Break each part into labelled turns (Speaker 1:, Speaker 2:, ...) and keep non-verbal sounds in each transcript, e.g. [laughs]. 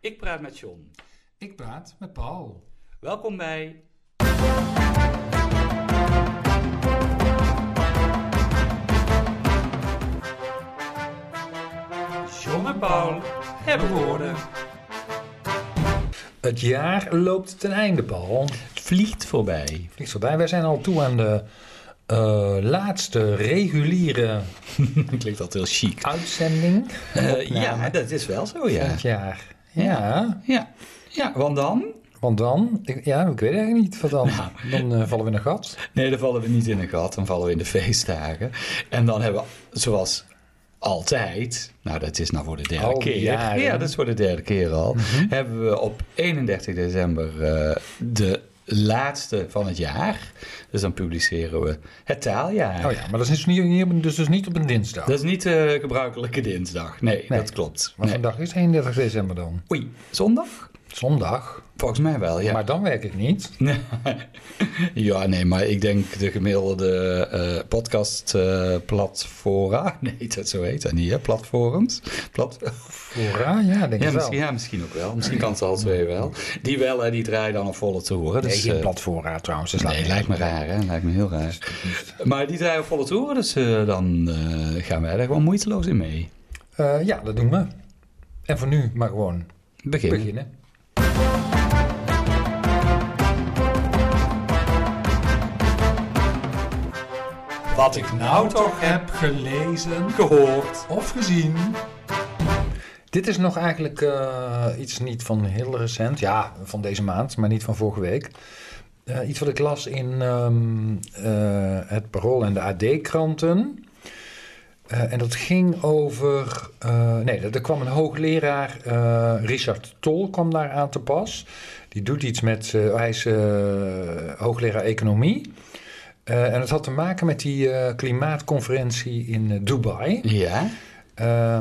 Speaker 1: Ik praat met John.
Speaker 2: Ik praat met Paul.
Speaker 1: Welkom bij. John en Paul hebben woorden.
Speaker 2: Het jaar loopt ten einde, Paul.
Speaker 3: Het vliegt voorbij. [laughs]
Speaker 2: Vliegt voorbij. Wij zijn al toe aan de eh, laatste reguliere
Speaker 3: Klinkt altijd heel chic.
Speaker 2: uitzending
Speaker 3: Eh, ja, dat is wel zo,
Speaker 2: van
Speaker 3: ja.
Speaker 2: het jaar. Ja,
Speaker 3: Ja, ja want dan?
Speaker 2: want dan, ik, ja, ik weet eigenlijk niet wat dan. Dan eh, vallen we in een gat.
Speaker 3: Nee, dan vallen we niet in een gat. Dan vallen we in de feestdagen. En dan hebben we, zoals altijd... Nou, dat is nou voor de derde
Speaker 2: Al die
Speaker 3: keer.
Speaker 2: jaren.
Speaker 3: Ja, Mhm. dat is voor de derde keer al. Hebben we op 31 december eh, de laatste van het jaar. Dus dan publiceren we het taaljaar.
Speaker 2: Oh ja, maar dat is dus niet, niet op een- dus, dus niet op een dinsdag.
Speaker 3: Dat is niet de gebruikelijke dinsdag. Nee,
Speaker 2: Nee.
Speaker 3: dat klopt.
Speaker 2: Maar
Speaker 3: Nee.
Speaker 2: vandaag is 31 december dan.
Speaker 3: Oei, zondag?
Speaker 2: Zondag.
Speaker 3: Volgens mij wel, ja.
Speaker 2: Maar dan werk ik niet.
Speaker 3: Ja, nee, maar ik denk de gemiddelde eh podcast eh, platfora. [laughs] Nee, dat zo heet dat niet, hè? Platforms. Plat... [laughs]
Speaker 2: Hoera, ja, denk
Speaker 3: Ja,
Speaker 2: ik wel.
Speaker 3: misschien, ja, misschien ook wel. Misschien kan het al twee wel. Die wel, hè, die draaien dan op volle toeren.
Speaker 2: Nee,
Speaker 3: Dus,
Speaker 2: geen
Speaker 3: eh,
Speaker 2: platvoorraad trouwens. Dus laat
Speaker 3: Nee,
Speaker 2: ik-
Speaker 3: lijkt me raar, hè? Lijkt me heel raar. Maar die draaien op volle toeren, dus eh, dan eh, gaan wij er gewoon moeiteloos in mee.
Speaker 2: Eh, ja, dat doen we. En voor nu maar gewoon
Speaker 3: Beginnen.
Speaker 2: beginnen.
Speaker 1: Wat ik nou toch heb
Speaker 2: gelezen
Speaker 1: gehoord.
Speaker 2: of gezien. Dit is nog eigenlijk eh, iets niet van heel recent. Ja, van deze maand, maar niet van vorige week. Eh, iets wat ik las in ehm, eh, het Parool en de AD-kranten. Eh, en dat ging over. eh, nee, er, er kwam een hoogleraar, eh, Richard Tol, kwam daar aan te pas. Die doet iets met. eh, hij is eh, hoogleraar economie. Eh, en het had te maken met die eh, klimaatconferentie in eh, Dubai.
Speaker 3: Ja?
Speaker 2: Eh,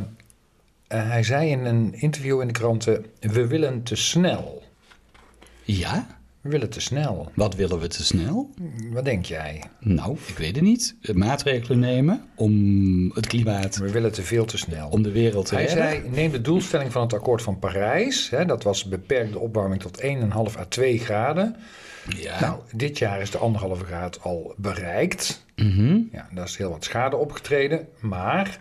Speaker 2: en hij zei in een interview in de kranten: We willen te snel.
Speaker 3: Ja?
Speaker 2: We willen te snel.
Speaker 3: Wat willen we te snel?
Speaker 2: Wat denk jij?
Speaker 3: Nou, ik weet het niet. Maatregelen nemen om het klimaat,
Speaker 2: We willen te veel te snel.
Speaker 3: om de wereld te
Speaker 2: Hij
Speaker 3: redden.
Speaker 2: zei: Neem de doelstelling van het akkoord van Parijs. Hè, dat was beperkte opwarming tot 1,5 à 2 graden.
Speaker 3: Ja.
Speaker 2: Nou, dit jaar is de anderhalve graad al bereikt.
Speaker 3: Mhm.
Speaker 2: Ja, daar is heel wat schade opgetreden. Maar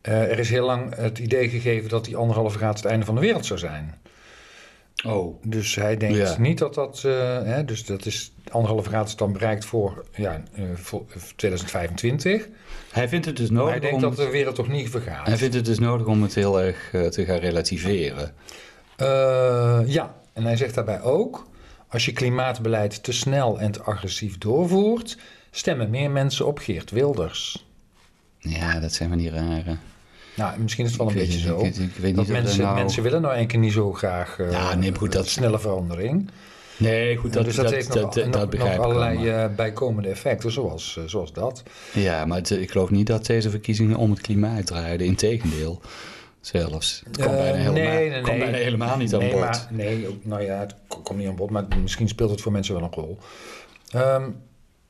Speaker 2: eh, er is heel lang het idee gegeven dat die anderhalve graad het einde van de wereld zou zijn.
Speaker 3: Oh.
Speaker 2: Dus hij denkt
Speaker 3: Ja.
Speaker 2: niet dat dat. eh, hè, dus dat is anderhalve graad is dan bereikt voor, ja, eh, voor 2025.
Speaker 3: Hij vindt het dus
Speaker 2: maar hij
Speaker 3: nodig om...
Speaker 2: denkt dat de wereld toch niet vergaat.
Speaker 3: Hij vindt het dus nodig om het heel erg eh, te gaan relativeren.
Speaker 2: Eh, ja, en hij zegt daarbij ook: als je klimaatbeleid te snel en te agressief doorvoert, stemmen meer mensen op Geert Wilders.
Speaker 3: Ja, dat zijn van die rare...
Speaker 2: Nou, misschien is het wel een
Speaker 3: Ik weet
Speaker 2: beetje
Speaker 3: niet,
Speaker 2: zo.
Speaker 3: ik- ik weet niet
Speaker 2: dat
Speaker 3: of er
Speaker 2: mensen,
Speaker 3: nou-
Speaker 2: mensen willen nou één keer niet zo graag eh,
Speaker 3: Ja, nee, maar goed, dat-
Speaker 2: snelle verandering.
Speaker 3: Nee, goed, dat,
Speaker 2: dus dat,
Speaker 3: dat,
Speaker 2: heeft
Speaker 3: dat,
Speaker 2: nog,
Speaker 3: dat
Speaker 2: nog- nog
Speaker 3: begrijp ik wel,
Speaker 2: allerlei
Speaker 3: maar-
Speaker 2: eh, bijkomende effecten, zoals, eh, zoals dat.
Speaker 3: Ja, maar het- ik geloof niet dat deze verkiezingen om het klimaat draaiden. Integendeel, zelfs. Het kwam
Speaker 2: Eh,
Speaker 3: bijna helemaal,
Speaker 2: nee, nee,
Speaker 3: kwam
Speaker 2: nee.
Speaker 3: bijna helemaal niet aan
Speaker 2: nee,
Speaker 3: bod.
Speaker 2: Maar, nee, ook- nou ja, het k- komt niet aan bod, maar misschien speelt het voor mensen wel een rol. Ehm,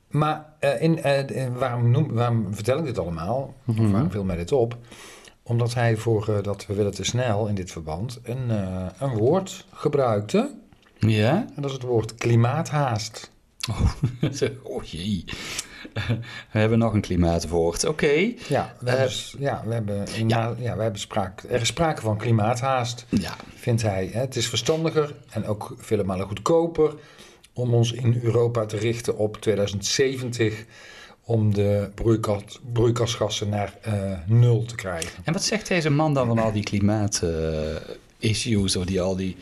Speaker 2: maar eh, in, eh, in- waarom, noem, waarom vertel ik dit allemaal?
Speaker 3: Mhm.
Speaker 2: Of waarom viel mij dit op? Omdat hij voor eh, dat we willen te snel in dit verband een, eh, een woord gebruikte.
Speaker 3: Ja?
Speaker 2: En dat is het woord klimaathaast.
Speaker 3: [laughs] oh jee. We hebben nog een klimaatwoord. Oké.
Speaker 2: Ja, we
Speaker 3: Eh,
Speaker 2: hebben, s- ja, we hebben, ja. ja, we hebben spraak, er is sprake van klimaathaast.
Speaker 3: Ja,
Speaker 2: vindt hij. Hè, het is verstandiger en ook vele malen goedkoper om ons in Europa te richten op 2070 om de broeikas- broeikasgassen naar eh, nul te krijgen.
Speaker 3: En wat zegt deze man dan van al die klimaatissues of die, al die,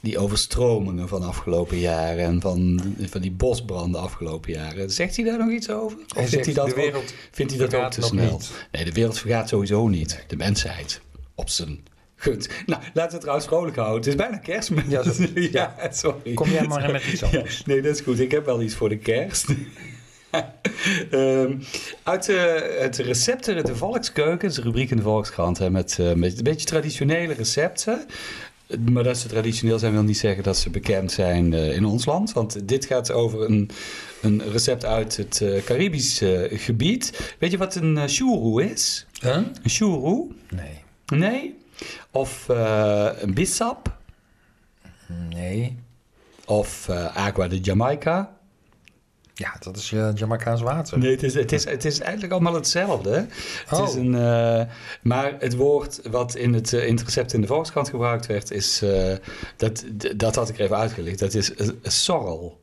Speaker 3: die overstromingen van afgelopen jaren en van, van die bosbranden afgelopen jaren? Zegt hij daar nog iets over? Of
Speaker 2: Hij
Speaker 3: vindt hij
Speaker 2: zegt,
Speaker 3: dat,
Speaker 2: de
Speaker 3: ook,
Speaker 2: wereld
Speaker 3: vindt hij dat ook
Speaker 2: vergaat
Speaker 3: te
Speaker 2: nog
Speaker 3: snel?
Speaker 2: niet.
Speaker 3: Nee, de wereld vergaat sowieso niet. De mensheid op zijn gunt. Nou, laten we het trouwens vrolijk houden. Het is bijna kerstmis.
Speaker 2: Ja, zo-
Speaker 3: [laughs] Ja, sorry.
Speaker 2: Kom jij maar met iets
Speaker 3: [laughs] Ja,
Speaker 2: anders.
Speaker 3: nee, dat is goed. Ik heb wel iets voor de kerst. [laughs] Ehm, uit eh, het recepten, de Volkskeuken, is een rubriek in de Volkskrant, hè, met, eh, met een beetje traditionele recepten. Maar dat ze traditioneel zijn wil niet zeggen dat ze bekend zijn eh, in ons land. Want dit gaat over een, een recept uit het eh, Caribisch eh, gebied. Weet je wat een eh, churro is?
Speaker 2: Huh?
Speaker 3: Een churro?
Speaker 2: Nee.
Speaker 3: Nee. Of eh, een bissap?
Speaker 2: Nee.
Speaker 3: Of eh, Aqua de Jamaica.
Speaker 2: Ja, dat is eh Jamaicaans water.
Speaker 3: Nee, het is, het, is, het is eigenlijk allemaal hetzelfde. hè. Het
Speaker 2: Oh.
Speaker 3: is een, eh, maar het woord wat in het, eh, in het recept in de Volkskrant gebruikt werd, is, eh, dat, d- dat had ik er even uitgelicht, dat is eh, sorrel.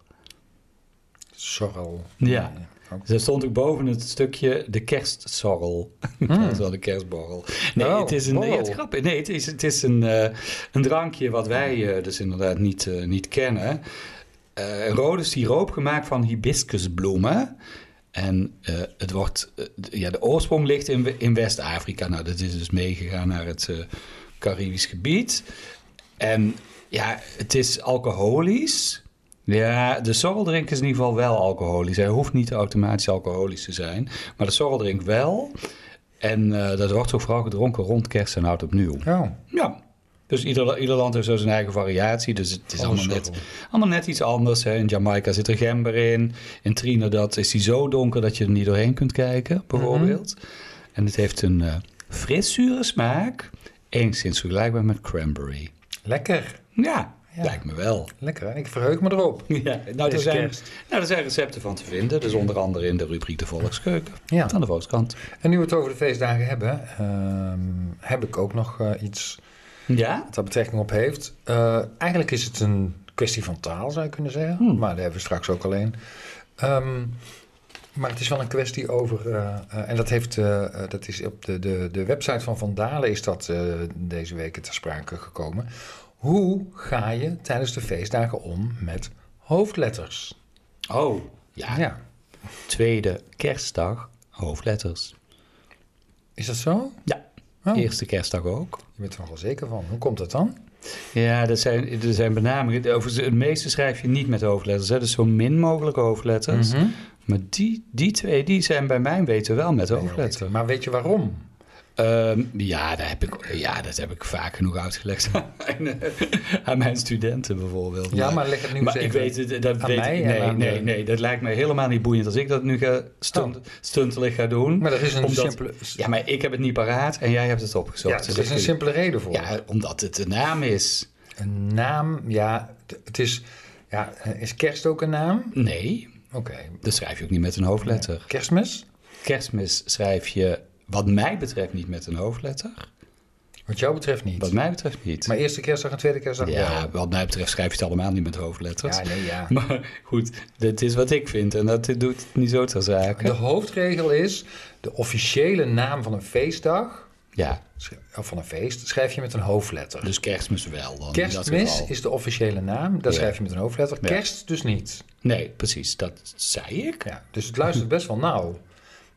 Speaker 2: Sorrel.
Speaker 3: Ja.
Speaker 2: Oh.
Speaker 3: Dus er stond ook boven het stukje de kerstsorrel. [laughs] dat
Speaker 2: Hmm.
Speaker 3: is wel de kerstborrel. Nee,
Speaker 2: Oh,
Speaker 3: het is een, nee, het,
Speaker 2: borrel.
Speaker 3: grap, nee, het is, het is een, eh, een drankje wat wij eh, dus inderdaad niet, eh, niet kennen. Eh, een rode siroop gemaakt van hibiscusbloemen. En eh, het wordt, eh, d- ja, de oorsprong ligt in, We- in West-Afrika. Nou, dat is dus meegegaan naar het eh, Caribisch gebied. En ja, het is alcoholisch. Ja, de sorreldrink is in ieder geval wel alcoholisch. Hij hoeft niet automatisch alcoholisch te zijn. Maar de sorreldrink wel. En eh, dat wordt ook vooral gedronken rond kerst en oud opnieuw.
Speaker 2: Oh,
Speaker 3: Ja. Dus ieder, ieder land heeft zo zijn eigen variatie. Dus het is
Speaker 2: Oh,
Speaker 3: allemaal
Speaker 2: sorrel.
Speaker 3: net, allemaal net iets anders. Hè. In Jamaica zit er gember in. In Trinidad is die zo donker dat je er niet doorheen kunt kijken, bijvoorbeeld. En het heeft een eh fris zure smaak. Enigszins vergelijkbaar met cranberry.
Speaker 2: lekker.
Speaker 3: Ja,
Speaker 2: Ja.
Speaker 3: lijkt me wel.
Speaker 2: Lekker. En ik verheug me erop.
Speaker 3: [laughs] Ja, nou, er
Speaker 2: Deze
Speaker 3: zijn,
Speaker 2: kerst.
Speaker 3: nou, er zijn recepten van te vinden. Dus onder andere in de rubriek De Volkskeuken.
Speaker 2: Ja.
Speaker 3: Aan de Volkskant.
Speaker 2: En nu we het over de feestdagen hebben, ehm, heb ik ook nog eh, iets
Speaker 3: Ja?
Speaker 2: wat daar betrekking op heeft. Eh, eigenlijk is het een kwestie van taal, zou je kunnen zeggen.
Speaker 3: Hmm.
Speaker 2: Maar daar hebben we straks ook alleen. Ehm, maar het is wel een kwestie over. eh, eh, en dat, heeft, eh, eh, dat is op de, de, de website van Van Dalen is dat eh, deze week ter sprake gekomen. Hoe ga je tijdens de feestdagen om met hoofdletters?
Speaker 3: Oh, ja.
Speaker 2: ja.
Speaker 3: Tweede kerstdag, hoofdletters.
Speaker 2: Is dat zo?
Speaker 3: Ja.
Speaker 2: Oh, je
Speaker 3: Eerste kerstdag ook.
Speaker 2: bent er wel zeker van. Hoe komt dat dan?
Speaker 3: Ja, er zijn, er zijn benamingen. Overigens, het meeste schrijf je niet met hoofdletters. Hè? Dus zo min mogelijk hoofdletters.
Speaker 2: Mhm.
Speaker 3: Maar die, die twee die zijn bij mijn weten wel met hoofdletters.
Speaker 2: Maar weet je waarom?
Speaker 3: Ehm, ja, dat heb ik, ja, dat heb ik vaak genoeg uitgelegd [laughs] aan mijn, aan mijn studenten bijvoorbeeld.
Speaker 2: Ja, maar leg het nu eens
Speaker 3: Maar
Speaker 2: even.
Speaker 3: ik weet het, dat
Speaker 2: aan
Speaker 3: weet
Speaker 2: mij
Speaker 3: ik,
Speaker 2: en
Speaker 3: nee,
Speaker 2: aan de- Oh.
Speaker 3: nee, nee, dat lijkt mij helemaal niet boeiend als ik dat nu ga stunt, stuntelig ga doen.
Speaker 2: Maar dat is een
Speaker 3: Omdat-
Speaker 2: simpele...
Speaker 3: ja, maar ik heb het niet paraat en jij hebt het opgezocht.
Speaker 2: Ja, er
Speaker 3: Dus
Speaker 2: is
Speaker 3: dat
Speaker 2: een
Speaker 3: kun je-
Speaker 2: simpele reden voor.
Speaker 3: Ja, omdat het een naam is.
Speaker 2: Een naam, ja, d- het is... Ja, eh, is kerst ook een naam?
Speaker 3: Nee,
Speaker 2: Oké.
Speaker 3: dat schrijf je ook niet met een hoofdletter.
Speaker 2: Kerstmis?
Speaker 3: Kerstmis schrijf je, wat mij betreft, niet met een hoofdletter.
Speaker 2: Wat jou betreft niet.
Speaker 3: Wat mij betreft niet.
Speaker 2: Maar eerste kerstdag en tweede kerstdag
Speaker 3: ja,
Speaker 2: wel.
Speaker 3: wat mij betreft schrijf je het allemaal niet met hoofdletters.
Speaker 2: Ja, nee, ja.
Speaker 3: [laughs] Maar goed, dit is wat ik vind en dat doet niet zo ter zake.
Speaker 2: De hoofdregel is, de officiële naam van een feestdag,
Speaker 3: Ja,
Speaker 2: sch- of van een feest, schrijf je met een hoofdletter.
Speaker 3: dus kerstmis wel dan. in dat
Speaker 2: Kerstmis
Speaker 3: geval.
Speaker 2: is de officiële naam, daar
Speaker 3: Ja.
Speaker 2: schrijf je met een hoofdletter.
Speaker 3: Ja.
Speaker 2: Kerst dus niet.
Speaker 3: Nee, precies, dat zei ik.
Speaker 2: Ja, dus het luistert best wel nauw.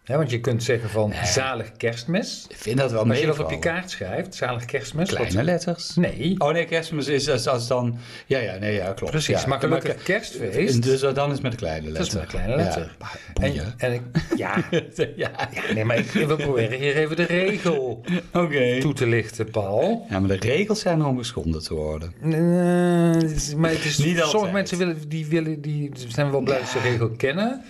Speaker 2: hè, want je kunt zeggen van zalig kerstmis.
Speaker 3: Ik vind dat wel
Speaker 2: Als je dat op je
Speaker 3: meevallen.
Speaker 2: kaart schrijft, zalig kerstmis. wat-
Speaker 3: Kleine letters.
Speaker 2: Nee.
Speaker 3: Oh nee, kerstmis is als, als dan... Ja, ja, nee, ja, klopt.
Speaker 2: Precies,
Speaker 3: ja.
Speaker 2: maar gelukkig
Speaker 3: ke-
Speaker 2: kerstfeest.
Speaker 3: Dus dat- dan is het met een kleine letter.
Speaker 2: Dat is met een kleine
Speaker 3: Ja,
Speaker 2: letter.
Speaker 3: maar
Speaker 2: en,
Speaker 3: boeien.
Speaker 2: en ik, ja,
Speaker 3: [laughs] ja,
Speaker 2: nee, maar ik, we proberen hier even de regel
Speaker 3: oké.
Speaker 2: toe te lichten, Paul.
Speaker 3: Ja, maar de regels zijn om geschonden te worden.
Speaker 2: Eh, het is- maar het is,
Speaker 3: Niet
Speaker 2: sommige
Speaker 3: altijd.
Speaker 2: mensen willen, die willen, die zijn wel blij dat ze de regel kennen.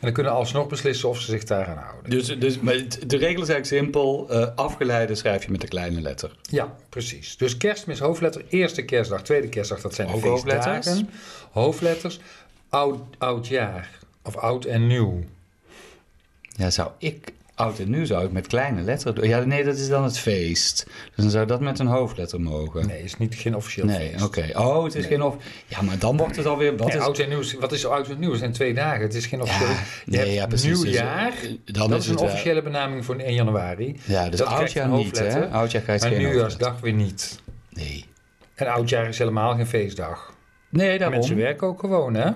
Speaker 2: En dan kunnen alsnog beslissen of ze zich daaraan houden.
Speaker 3: Dus, dus maar het- de regel is eigenlijk simpel. eh afgeleide schrijf je met een kleine letter.
Speaker 2: Ja, precies. Dus kerstmis, hoofdletter, eerste kerstdag, tweede kerstdag, dat zijn de
Speaker 3: Ook
Speaker 2: feestdagen.
Speaker 3: hoofdletters?
Speaker 2: Hoofdletters, oud, oud jaar of oud en nieuw.
Speaker 3: Ja, zou ik... Oud en nieuw zou ik met kleine letter doen. Ja, nee, dat is dan het feest. Dus dan zou dat met een hoofdletter mogen.
Speaker 2: Nee, is niet, geen officieel
Speaker 3: Nee,
Speaker 2: feest.
Speaker 3: oké. Oh, het is geen of. Ja, maar dan wordt het alweer. Wat
Speaker 2: Nee,
Speaker 3: is
Speaker 2: oud en nieuw, is- wat is oud en nieuw? Het zijn twee dagen. Het is geen officieel. je
Speaker 3: nee,
Speaker 2: hebt
Speaker 3: ja, precies. Dus,
Speaker 2: Nieuwjaar.
Speaker 3: eh, dan
Speaker 2: dat is
Speaker 3: is
Speaker 2: een
Speaker 3: het wel-
Speaker 2: officiële benaming voor 1 januari.
Speaker 3: Ja, dus
Speaker 2: Dat krijgt
Speaker 3: oudjaar
Speaker 2: een
Speaker 3: niet, hè?
Speaker 2: hoofdletter.
Speaker 3: Oudjaar krijgt
Speaker 2: Maar
Speaker 3: geen hoofdletter.
Speaker 2: nieuwjaarsdag weer niet.
Speaker 3: Nee.
Speaker 2: En oudjaar is helemaal geen feestdag.
Speaker 3: Nee, daarom.
Speaker 2: Mensen werken ook gewoon, hè?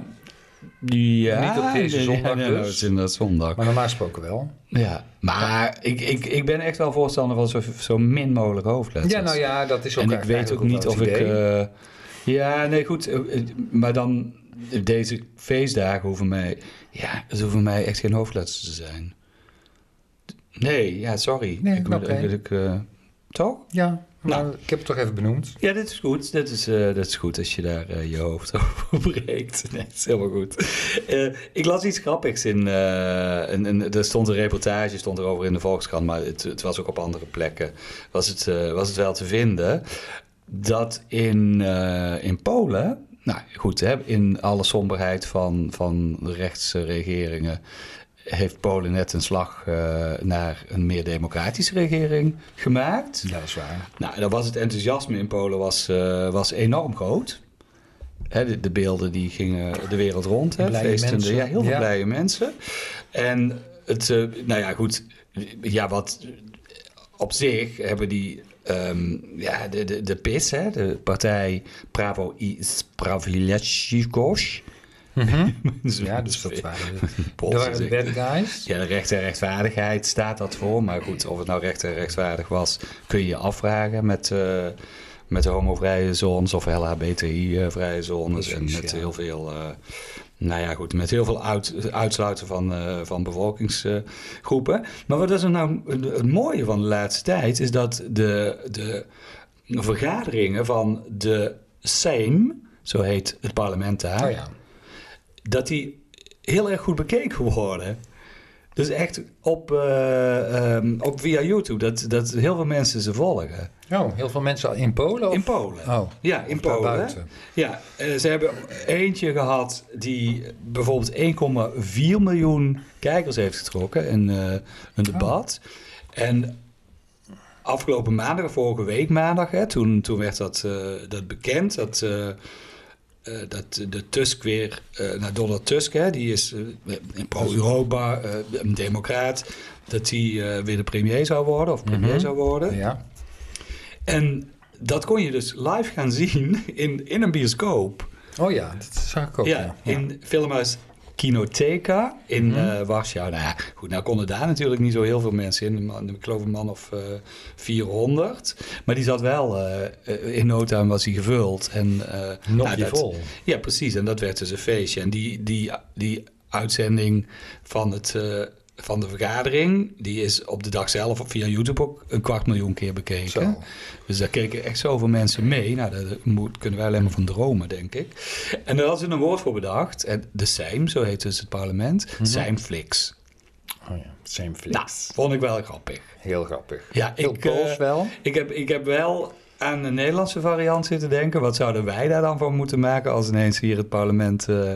Speaker 3: Ja,
Speaker 2: Niet op deze
Speaker 3: nee,
Speaker 2: zondag
Speaker 3: nee,
Speaker 2: dus.
Speaker 3: dat is inderdaad zondag.
Speaker 2: Maar normaal gesproken wel.
Speaker 3: ja. Maar ik, ik, ik ben echt wel voorstander van zo, zo min mogelijk hoofdletters.
Speaker 2: Ja, nou ja, dat is ook
Speaker 3: En ik
Speaker 2: eigenlijk
Speaker 3: weet ook
Speaker 2: wel
Speaker 3: niet
Speaker 2: het
Speaker 3: of ik...
Speaker 2: idee.
Speaker 3: eh, ja, nee, goed. eh, eh, Maar dan, deze feestdagen hoeven mij... Ja, het hoeven mij echt geen hoofdletters te zijn. Nee, ja, sorry.
Speaker 2: Nee,
Speaker 3: ik,
Speaker 2: oké.
Speaker 3: ik, ik, eh, toch?
Speaker 2: Ja, maar
Speaker 3: Nou.
Speaker 2: ik heb het toch even benoemd.
Speaker 3: Ja, dit is goed. Dit is, eh, dit is goed als je daar eh, je hoofd [laughs] over breekt. Nee, dat is helemaal goed. Eh, ik las iets grappigs in. eh, een- een- er stond een reportage stond erover in de Volkskrant, maar het, het was ook op andere plekken. Was het, eh, was het wel te vinden. dat in, eh, in Polen, nou goed, hè, in alle somberheid van, van de rechtse regeringen heeft Polen net een slag eh, naar een meer democratische regering gemaakt.
Speaker 2: Ja, dat is waar.
Speaker 3: Nou, dan was het enthousiasme in Polen was, eh, was enorm groot. Hè, de, de beelden die gingen de wereld rond. Hè,
Speaker 2: Blije
Speaker 3: feestende-
Speaker 2: mensen.
Speaker 3: Ja, heel veel
Speaker 2: Ja.
Speaker 3: blije mensen. En het, eh, nou ja, goed. Ja, wat op zich hebben die. ehm, ja, de, de, de PIS, hè, de partij Pravo i Sprawiedliwość. Mhm.
Speaker 2: [laughs] Ja, dus dat waren de, [laughs]
Speaker 3: Pols,
Speaker 2: dat waren de
Speaker 3: zeg.
Speaker 2: bad guys.
Speaker 3: Ja, de recht en rechtvaardigheid staat dat voor. Maar goed, of het nou recht en rechtvaardig was, kun je je afvragen met, eh, met de homovrije zones of LHBTI-vrije zones. En
Speaker 2: Precies,
Speaker 3: met
Speaker 2: ja.
Speaker 3: heel veel. eh, nou ja, goed, met heel veel uit, uitsluiten van, eh, van bevolkingsgroepen. maar wat is er nou het mooie van de laatste tijd, is dat de, de vergaderingen van de Sejm, zo heet het parlement daar,
Speaker 2: Oh ja.
Speaker 3: dat die heel erg goed bekeken worden. Dus echt op, eh, ehm, op via YouTube, dat, dat heel veel mensen ze volgen.
Speaker 2: Oh, heel veel mensen in Polen? Of?
Speaker 3: In Polen.
Speaker 2: Oh,
Speaker 3: Ja, in
Speaker 2: of daar
Speaker 3: Polen.
Speaker 2: buiten.
Speaker 3: Ja, eh, ze hebben eentje gehad die bijvoorbeeld 1,4 miljoen kijkers heeft getrokken. Een, eh, een
Speaker 2: Oh.
Speaker 3: debat. En afgelopen maandag, vorige week maandag, hè, toen, toen werd dat, eh, dat bekend. Dat, eh, eh, dat de Tusk weer, eh nou Donald Tusk, hè, die is eh, in pro-Europa, eh, een democraat. Dat hij eh, weer de premier zou worden of premier zou worden.
Speaker 2: Mhm. Oh Ja.
Speaker 3: En dat kon je dus live gaan zien in, in een bioscoop.
Speaker 2: Oh ja, dat zag ik ook.
Speaker 3: ja, in filmhuis Kinotheca in eh, Warschau. Nou ja, goed, nou konden daar natuurlijk niet zo heel veel mensen in. Een man- Ik geloof een man of eh, 400. Maar die zat wel, eh, eh, in no time was hij gevuld. En, eh, nou,
Speaker 2: Nokje
Speaker 3: dat-
Speaker 2: vol.
Speaker 3: ja, precies. En dat werd dus een feestje. En die, die, die uitzending van, het, eh, van de vergadering... die is op de dag zelf via YouTube ook een kwart miljoen keer bekeken.
Speaker 2: Zo.
Speaker 3: Dus daar keken echt zoveel mensen mee. Nou, daar moet, kunnen wij alleen maar van dromen, denk ik. En daar hadden ze een woord voor bedacht. En de Sejm, zo heet dus het parlement.
Speaker 2: Mhm.
Speaker 3: Sejmflix.
Speaker 2: Oh ja, same flip.
Speaker 3: Nou, vond ik wel grappig.
Speaker 2: Heel grappig.
Speaker 3: Ja,
Speaker 2: Heel
Speaker 3: ik,
Speaker 2: Pools
Speaker 3: eh,
Speaker 2: wel.
Speaker 3: Ik heb, ik heb wel aan de Nederlandse variant zitten denken. Wat zouden wij daar dan van moeten maken als ineens hier het parlement eh,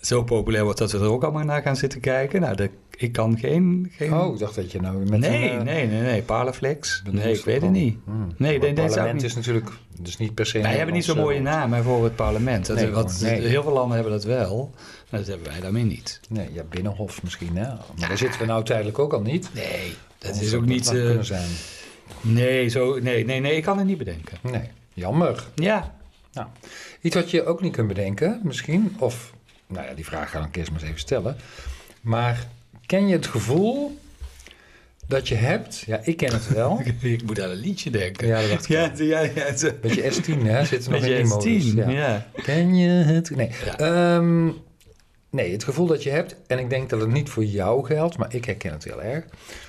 Speaker 3: zo populair wordt dat we er ook allemaal naar gaan zitten kijken? Nou, de, ik kan geen. geen...
Speaker 2: Oh, ik dacht dat je nou met
Speaker 3: nee,
Speaker 2: een... eh,
Speaker 3: nee, nee, nee. Parleflex.
Speaker 2: bedoeld
Speaker 3: Nee, ik weet het niet.
Speaker 2: Hmm.
Speaker 3: Nee,
Speaker 2: Maar
Speaker 3: nee, deze ook
Speaker 2: parlement
Speaker 3: niet.
Speaker 2: is natuurlijk dus niet per se...
Speaker 3: Wij hebben niet zo'n mooie naam hè, voor het parlement. Dat,
Speaker 2: Nee,
Speaker 3: wat,
Speaker 2: hoor, nee.
Speaker 3: Heel veel landen hebben dat wel, maar dat hebben wij daarmee niet.
Speaker 2: Nee, ja, Binnenhof misschien, hè. Maar daar zitten we nou tijdelijk ook al niet.
Speaker 3: Nee, dat
Speaker 2: Anders
Speaker 3: is
Speaker 2: zou
Speaker 3: ook niet.
Speaker 2: Dat mag
Speaker 3: eh,
Speaker 2: kunnen zijn.
Speaker 3: nee, zo, nee, nee, nee, ik kan het niet bedenken.
Speaker 2: Nee, jammer.
Speaker 3: Ja,
Speaker 2: Nou, iets wat je ook niet kunt bedenken, misschien, of, nou ja, die vraag ga ik eerst maar eens even stellen. Maar ken je het gevoel dat je hebt, ja, ik ken het
Speaker 3: [laughs]
Speaker 2: wel,
Speaker 3: ik moet aan een liedje denken.
Speaker 2: Ja, dat dacht ik
Speaker 3: ja, ja, ja, zo-
Speaker 2: beetje S10, hè, zitten nog in
Speaker 3: Beetje
Speaker 2: die modus.
Speaker 3: S10, ja.
Speaker 2: Ken je het? Nee.
Speaker 3: Ja.
Speaker 2: Ehm, nee, het gevoel dat je hebt, en ik denk dat het niet voor jou geldt, maar ik herken het heel erg.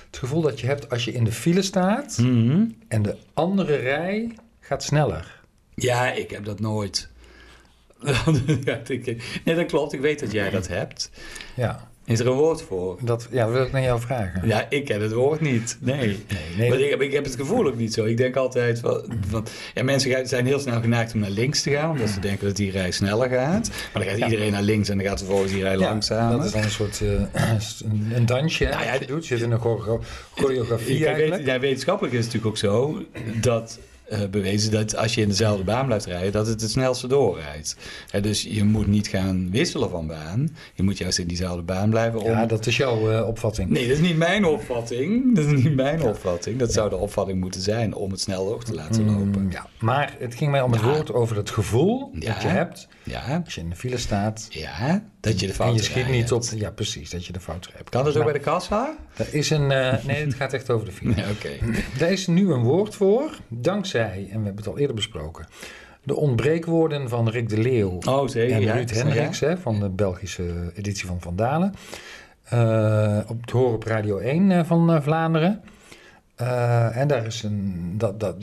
Speaker 2: Het gevoel dat je hebt als je in de file staat
Speaker 3: Mhm.
Speaker 2: en de andere rij gaat sneller.
Speaker 3: Ja, ik heb dat nooit. [laughs] Ja, ik- nee, dat klopt. Ik weet dat jij dat hebt.
Speaker 2: Ja,
Speaker 3: Is er een woord voor?
Speaker 2: dat ja, wil ik naar jou vragen.
Speaker 3: Ja, ik heb het woord niet. Nee.
Speaker 2: nee,
Speaker 3: Want ik, heb, ik heb het gevoel ook niet zo. Ik denk altijd, van, van- ja, mensen gaan- zijn heel snel geneigd om naar links te gaan,
Speaker 2: Mm.
Speaker 3: omdat ze denken dat die rij sneller gaat. Maar dan gaat iedereen naar links en dan gaat vervolgens die rij langzamer.
Speaker 2: Dat is dan een soort eh, [clears throat] een- een dansje. hè,
Speaker 3: Nou ja,
Speaker 2: wat je doet. Je zit in een choreo- choreografie
Speaker 3: Kijk, weet-
Speaker 2: eigenlijk.
Speaker 3: ja, wetenschappelijk is het natuurlijk ook zo dat eh, bewezen dat als je in dezelfde baan blijft rijden, dat het het snelste doorrijdt. Hè, dus je moet niet gaan wisselen van baan. Je moet juist in diezelfde baan blijven. Om...
Speaker 2: Ja, dat is jouw eh, opvatting.
Speaker 3: Nee, dat is niet mijn opvatting. Dat is niet mijn opvatting. Dat zou de opvatting moeten zijn om het snel door te laten lopen.
Speaker 2: Mm, ja. Maar het ging mij om het
Speaker 3: Ja.
Speaker 2: woord over het gevoel
Speaker 3: Ja.
Speaker 2: dat je hebt
Speaker 3: Ja,
Speaker 2: als je in de file staat.
Speaker 3: ja, dat je de fout
Speaker 2: En je schiet niet op. Ja, precies, dat je de fout hebt.
Speaker 3: Kan dat ook
Speaker 2: Nou,
Speaker 3: bij de kassa?
Speaker 2: [laughs] Er is een. eh, nee, het gaat echt over de
Speaker 3: [laughs]
Speaker 2: file.
Speaker 3: Nee, oké.
Speaker 2: Daar is nu een woord voor, dankzij, en we hebben het al eerder besproken, de ontbreekwoorden van Rick de Leeuw.
Speaker 3: Oh, zeker.
Speaker 2: En
Speaker 3: ja.
Speaker 2: Ruud Hendricks hè, van de Belgische editie van Vandalen. Eh, op te horen op Radio 1 eh, van eh, Vlaanderen. Eh, en daar is een, dat, dat,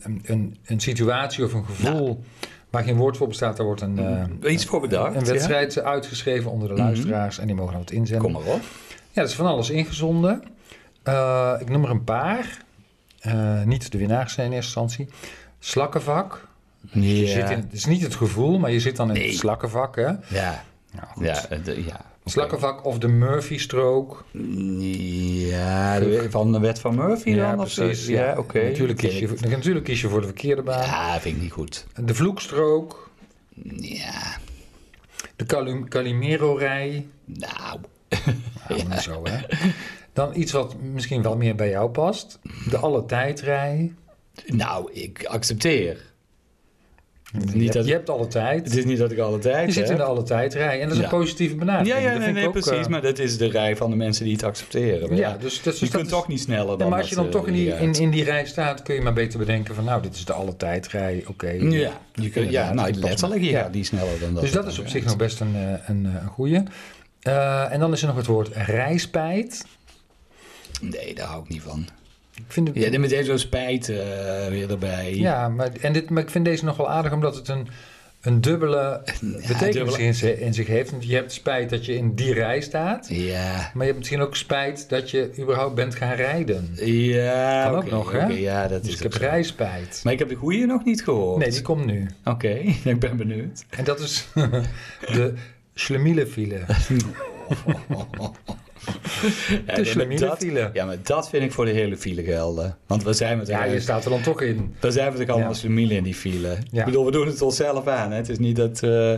Speaker 2: een- een, een situatie of een gevoel waar geen woord voor bestaat. Daar wordt een, eh,
Speaker 3: Ja. Iets voor bedacht.
Speaker 2: een
Speaker 3: Mm. ja?
Speaker 2: wedstrijd uitgeschreven onder de
Speaker 3: Mhm.
Speaker 2: luisteraars. En die mogen dan wat inzenden.
Speaker 3: Kom maar op.
Speaker 2: Ja, dat is van alles ingezonden. Eh, ik noem er een paar. Eh, niet de winnaars zijn in eerste instantie. slakkenvak. Je
Speaker 3: Ja.
Speaker 2: zit in, het is niet het gevoel, maar je zit dan in
Speaker 3: Nee.
Speaker 2: het slakkenvak. Hè?
Speaker 3: Ja. Ja, eh, de- ja. Oké.
Speaker 2: Slakkenvak of de Murphy-strook.
Speaker 3: Ja, de- van de wet van Murphy dan? of zo? Ja, oké.
Speaker 2: Natuurlijk, kies Dus je, voor- natuurlijk kies je voor de verkeerde baan.
Speaker 3: Ja, vind ik niet goed.
Speaker 2: De vloekstrook.
Speaker 3: Ja,
Speaker 2: De Calu- Calimero-rij.
Speaker 3: nou.
Speaker 2: Ja, maar zo, hè. Dan iets wat misschien wel meer bij jou past. De alle tijdrij.
Speaker 3: Nou, ik accepteer.
Speaker 2: Je,
Speaker 3: Niet dat,
Speaker 2: je hebt alle tijd.
Speaker 3: het is niet dat ik alle tijd
Speaker 2: Je zit in
Speaker 3: heb.
Speaker 2: de alle tijdrij. En dat is
Speaker 3: Ja.
Speaker 2: een positieve
Speaker 3: Ja,
Speaker 2: benadering.
Speaker 3: ja,
Speaker 2: Dat
Speaker 3: nee,
Speaker 2: vind ik
Speaker 3: nee,
Speaker 2: ook,
Speaker 3: precies.
Speaker 2: eh,
Speaker 3: maar dat is de rij van de mensen die het accepteren. Maar
Speaker 2: ja, dus, dat- dus
Speaker 3: je
Speaker 2: dat
Speaker 3: kunt
Speaker 2: is-
Speaker 3: toch niet sneller dan
Speaker 2: Ja, maar als je
Speaker 3: dat,
Speaker 2: dan
Speaker 3: eh,
Speaker 2: toch in die, in,
Speaker 3: rijdt.
Speaker 2: in die rij staat, kun je maar beter bedenken van nou, dit is de alle tijdrij, oké.
Speaker 3: Ja, je kunt, ja
Speaker 2: Inderdaad,
Speaker 3: nou,
Speaker 2: dat past
Speaker 3: letterlijk,
Speaker 2: me.
Speaker 3: ja, die is sneller dan dat.
Speaker 2: Dus dat is op zich nog best een, eh, een, eh, een goeie. Eh, en dan is er nog het woord rijspijt.
Speaker 3: Nee, daar hou ik niet van.
Speaker 2: Ik vind het,
Speaker 3: Ja, en meteen zo'n spijt eh, weer erbij.
Speaker 2: Ja, maar, en dit, maar ik vind deze nog wel aardig omdat het een, een dubbele betekenis
Speaker 3: dubbele-
Speaker 2: In, zich, in zich heeft. Want je hebt spijt dat je in die rij staat,
Speaker 3: Ja.
Speaker 2: maar je hebt misschien ook spijt dat je überhaupt bent gaan rijden.
Speaker 3: Ja,
Speaker 2: Kan ook
Speaker 3: oké,
Speaker 2: nog, hè?
Speaker 3: oké, ja, dat
Speaker 2: Dus
Speaker 3: is
Speaker 2: ik heb
Speaker 3: ook zo.
Speaker 2: rijspijt.
Speaker 3: Maar ik heb de goeie nog niet gehoord.
Speaker 2: Nee, die komt nu.
Speaker 3: Oké, [laughs] ik ben benieuwd. [laughs]
Speaker 2: En dat is [laughs] de schlemielefile.
Speaker 3: Ja,
Speaker 2: De
Speaker 3: nee, maar
Speaker 2: slemiele
Speaker 3: dat-
Speaker 2: file.
Speaker 3: Ja, maar dat vind ik voor de hele file gelden. Want we zijn met
Speaker 2: Ja, je staat er dan toch in.
Speaker 3: Daar zijn we natuurlijk allemaal als familie in die file.
Speaker 2: Ja.
Speaker 3: Ik bedoel, we doen het onszelf aan. Hè? Het is niet dat, eh,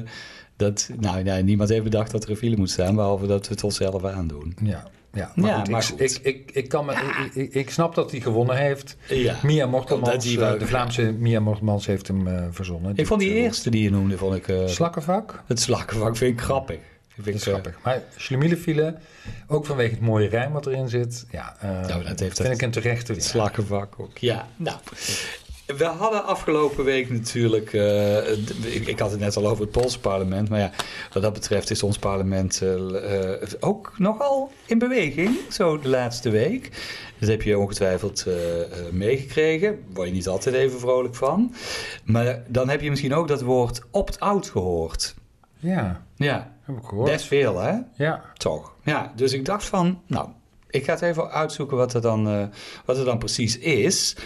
Speaker 3: dat nou, nee, niemand heeft bedacht dat er een file moet staan, behalve dat we het onszelf aandoen.
Speaker 2: Ja, ja maar,
Speaker 3: Ja,
Speaker 2: goed,
Speaker 3: maar
Speaker 2: ik,
Speaker 3: goed.
Speaker 2: Ik, ik, ik, kan me, ik, ik, ik snap dat hij gewonnen heeft.
Speaker 3: Ja.
Speaker 2: Mia
Speaker 3: Omdat
Speaker 2: Mortelmans,
Speaker 3: die
Speaker 2: eh,
Speaker 3: wou-
Speaker 2: de Vlaamse Mia Mortelmans heeft hem eh, verzonnen.
Speaker 3: Ik vond die
Speaker 2: eh,
Speaker 3: eerste die je noemde, vond ik, eh,
Speaker 2: Slakkenvak,
Speaker 3: het slakkenvak vind ik grappig. Ik
Speaker 2: dat
Speaker 3: vind eh,
Speaker 2: is grappig. Maar schlemielefile, ook vanwege het mooie rijm wat erin zit. Ja, eh,
Speaker 3: Nou, dat heeft
Speaker 2: vind
Speaker 3: het-
Speaker 2: ik een terechte winnaar.
Speaker 3: Het slakkenvak ook, ja. Nou, we hadden afgelopen week natuurlijk... eh, d- ik, ik had het net al over het Poolse parlement. Maar ja, wat dat betreft is ons parlement eh, l- eh, ook nogal in beweging. Zo de laatste week. Dat heb je ongetwijfeld eh, eh, meegekregen. Word je niet altijd even vrolijk van. Maar dan heb je misschien ook dat woord opt-out gehoord.
Speaker 2: Ja,
Speaker 3: Ja,
Speaker 2: heb ik gehoord.
Speaker 3: best veel hè?
Speaker 2: Ja,
Speaker 3: Toch? Ja, dus ik dacht van, nou, ik ga het even uitzoeken wat het dan, eh, wat het dan precies is.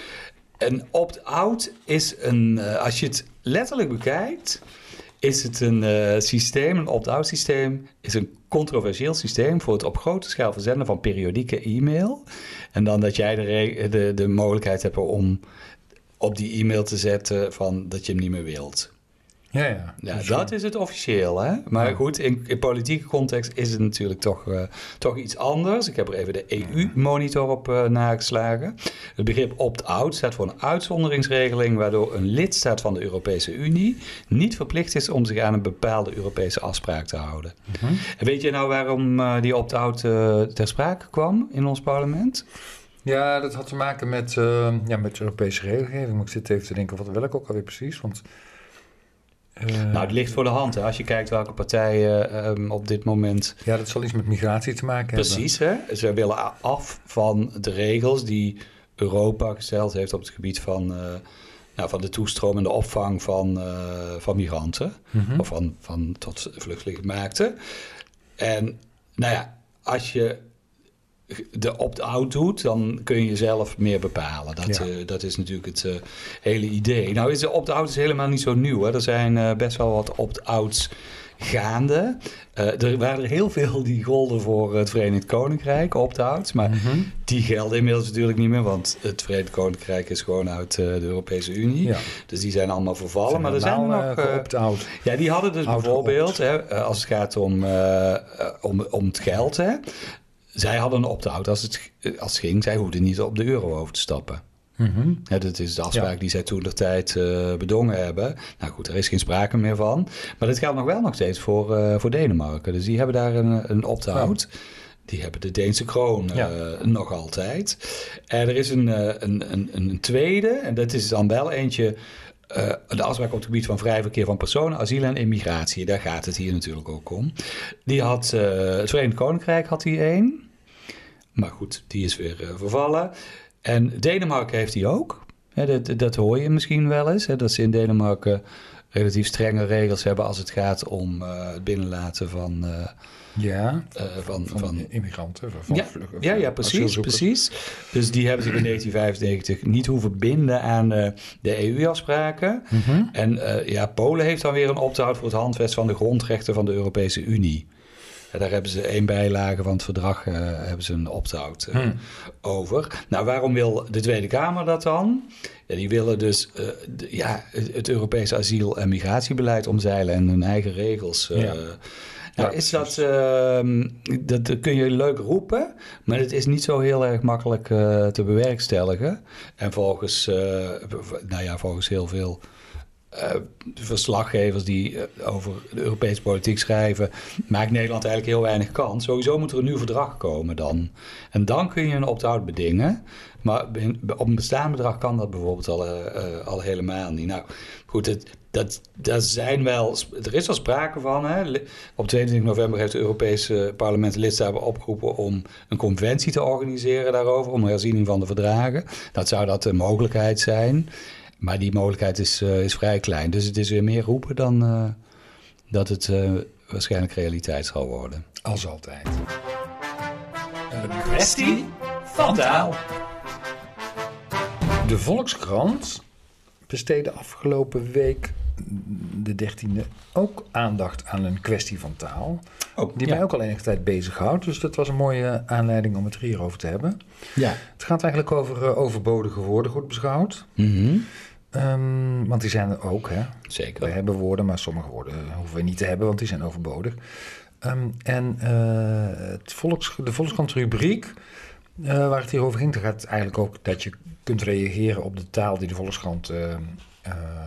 Speaker 3: Een opt-out is een, eh, als je het letterlijk bekijkt, is het een eh, systeem, een opt-out systeem, is een controversieel systeem voor het op grote schaal verzenden van periodieke e-mail. En dan dat jij de, re- de, de mogelijkheid hebt om op die e-mail te zetten van dat je hem niet meer wilt.
Speaker 2: ja, ja.
Speaker 3: Ja,
Speaker 2: Dus,
Speaker 3: dat is het officieel, hè? Maar
Speaker 2: Ja.
Speaker 3: goed, in, in politieke context is het natuurlijk toch, eh, toch iets anders. Ik heb er even de EU-monitor op eh, nageslagen. Het begrip opt-out staat voor een uitzonderingsregeling... waardoor een lidstaat van de Europese Unie niet verplicht is... om zich aan een bepaalde Europese afspraak te houden.
Speaker 2: mhm.
Speaker 3: En weet je nou waarom eh, die opt-out eh, ter sprake kwam in ons parlement?
Speaker 2: Ja, dat had te maken met, eh, ja, met Europese regelgeving. Maar ik zit even te denken, wat wil ik ook alweer precies? Want, eh,
Speaker 3: Nou, het ligt voor de hand, hè? Als je kijkt welke partijen eh, op dit moment...
Speaker 2: ja, dat zal iets met migratie te maken hebben.
Speaker 3: Precies, hè? Ze willen a- af van de regels die Europa gesteld heeft op het gebied van, eh, nou, van de toestroom en de opvang van, eh, van migranten.
Speaker 2: Mhm.
Speaker 3: Of van, van tot vluchtelingen maakte. En nou ja, als je de opt-out doet, dan kun je zelf meer bepalen. Dat,
Speaker 2: Ja.
Speaker 3: eh, dat is natuurlijk het eh, hele idee. Nou is de opt-out is helemaal niet zo nieuw. Hè? Er zijn eh, best wel wat opt-outs gaande. Eh, er waren er heel veel die golden voor het Verenigd Koninkrijk, opt-outs. Maar
Speaker 2: Mhm.
Speaker 3: die gelden inmiddels natuurlijk niet meer, want het Verenigd Koninkrijk is gewoon uit eh, de Europese Unie.
Speaker 2: Ja.
Speaker 3: Dus die zijn allemaal vervallen. maar er zijn er
Speaker 2: allemaal,
Speaker 3: nog...
Speaker 2: eh,
Speaker 3: eh,
Speaker 2: geopt-out.
Speaker 3: ja, die hadden dus
Speaker 2: Oud
Speaker 3: bijvoorbeeld, hè, eh, als het gaat om, eh, eh, om, om het geld, hè, zij hadden een opt-out als het, eh, als het ging. Zij hoefden niet op de euro over te stappen.
Speaker 2: Mhm.
Speaker 3: Hè, dat is de afspraak
Speaker 2: Ja.
Speaker 3: die zij toen de tijd eh, bedongen hebben. Nou goed, er is geen sprake meer van. Maar dat geldt nog wel nog steeds voor, eh, voor Denemarken. Dus die hebben daar een, een opt-out. Die hebben de Deense kroon eh,
Speaker 2: Ja.
Speaker 3: nog altijd. En er is een, eh, een, een, een tweede, en dat is dan wel eentje. eh, de afspraak op het gebied van vrij verkeer van personen, asiel en immigratie. Daar gaat het hier natuurlijk ook om. Die had, eh, het Verenigd Koninkrijk had die één. Maar goed, die is weer eh, vervallen. En Denemarken heeft die ook. Hè, dat, dat hoor je misschien wel eens. Hè, dat ze in Denemarken relatief strenge regels hebben als het gaat om eh, het binnenlaten van, eh,
Speaker 2: Ja,
Speaker 3: eh, van,
Speaker 2: van,
Speaker 3: van
Speaker 2: immigranten. Van
Speaker 3: ja,
Speaker 2: vlug-
Speaker 3: ja, ja,
Speaker 2: van
Speaker 3: precies,
Speaker 2: eh, asielzoekers.
Speaker 3: precies. Dus die hebben zich in 1995 niet hoeven binden aan eh, de EU-afspraken.
Speaker 2: Mhm.
Speaker 3: En eh, ja, Polen heeft dan weer een opt-out voor het handvest van de grondrechten van de Europese Unie. Ja, daar hebben ze één bijlage van het verdrag, eh, hebben ze een opt-out eh,
Speaker 2: Hmm.
Speaker 3: over. Nou, waarom wil de Tweede Kamer dat dan? Ja, die willen dus eh, d- ja, het het Europese asiel- en migratiebeleid omzeilen en hun eigen regels. eh.
Speaker 2: Ja.
Speaker 3: Nou,
Speaker 2: Ja,
Speaker 3: is dat, ehm, dat, dat kun je leuk roepen, maar het is niet zo heel erg makkelijk eh, te bewerkstelligen. En volgens, eh, v- nou ja, volgens heel veel eh, verslaggevers die eh, over de Europese politiek schrijven, maakt Nederland eigenlijk heel weinig kans. Sowieso moet er een nieuw verdrag komen dan. En dan kun je een opt-out bedingen. Maar ben- op een bestaand bedrag kan dat bijvoorbeeld al, eh, eh, al helemaal niet. Nou, goed, het, dat, daar zijn wel, er is wel sprake van. Hè. Li- Op 22 november heeft het Europese parlement de lidstaten opgeroepen om een conventie te organiseren daarover, om herziening van de verdragen. Dat zou dat een mogelijkheid zijn. Maar die mogelijkheid is, eh, is vrij klein. Dus het is weer meer roepen dan eh, dat het eh, waarschijnlijk realiteit zal worden.
Speaker 2: Als altijd. Eh,
Speaker 1: Een kwestie van taal.
Speaker 2: De Volkskrant besteedde afgelopen week, de 13e, ook aandacht aan een kwestie van taal.
Speaker 3: Oh,
Speaker 2: Die
Speaker 3: ja.
Speaker 2: mij ook al enige tijd bezighoudt. Dus dat was een mooie aanleiding om het er hier over te hebben.
Speaker 3: Ja.
Speaker 2: Het gaat eigenlijk over eh, overbodige woorden, goed beschouwd.
Speaker 3: Mhm.
Speaker 2: Ehm, want die zijn er ook, hè? We
Speaker 3: Zeker.
Speaker 2: hebben woorden, maar sommige woorden hoeven we niet te hebben, want die zijn overbodig. Ehm, en eh, het volks, de Volkskrant-rubriek, eh, waar het hier over ging, daar gaat het eigenlijk ook dat je kunt reageren op de taal die de Volkskrant eh, eh,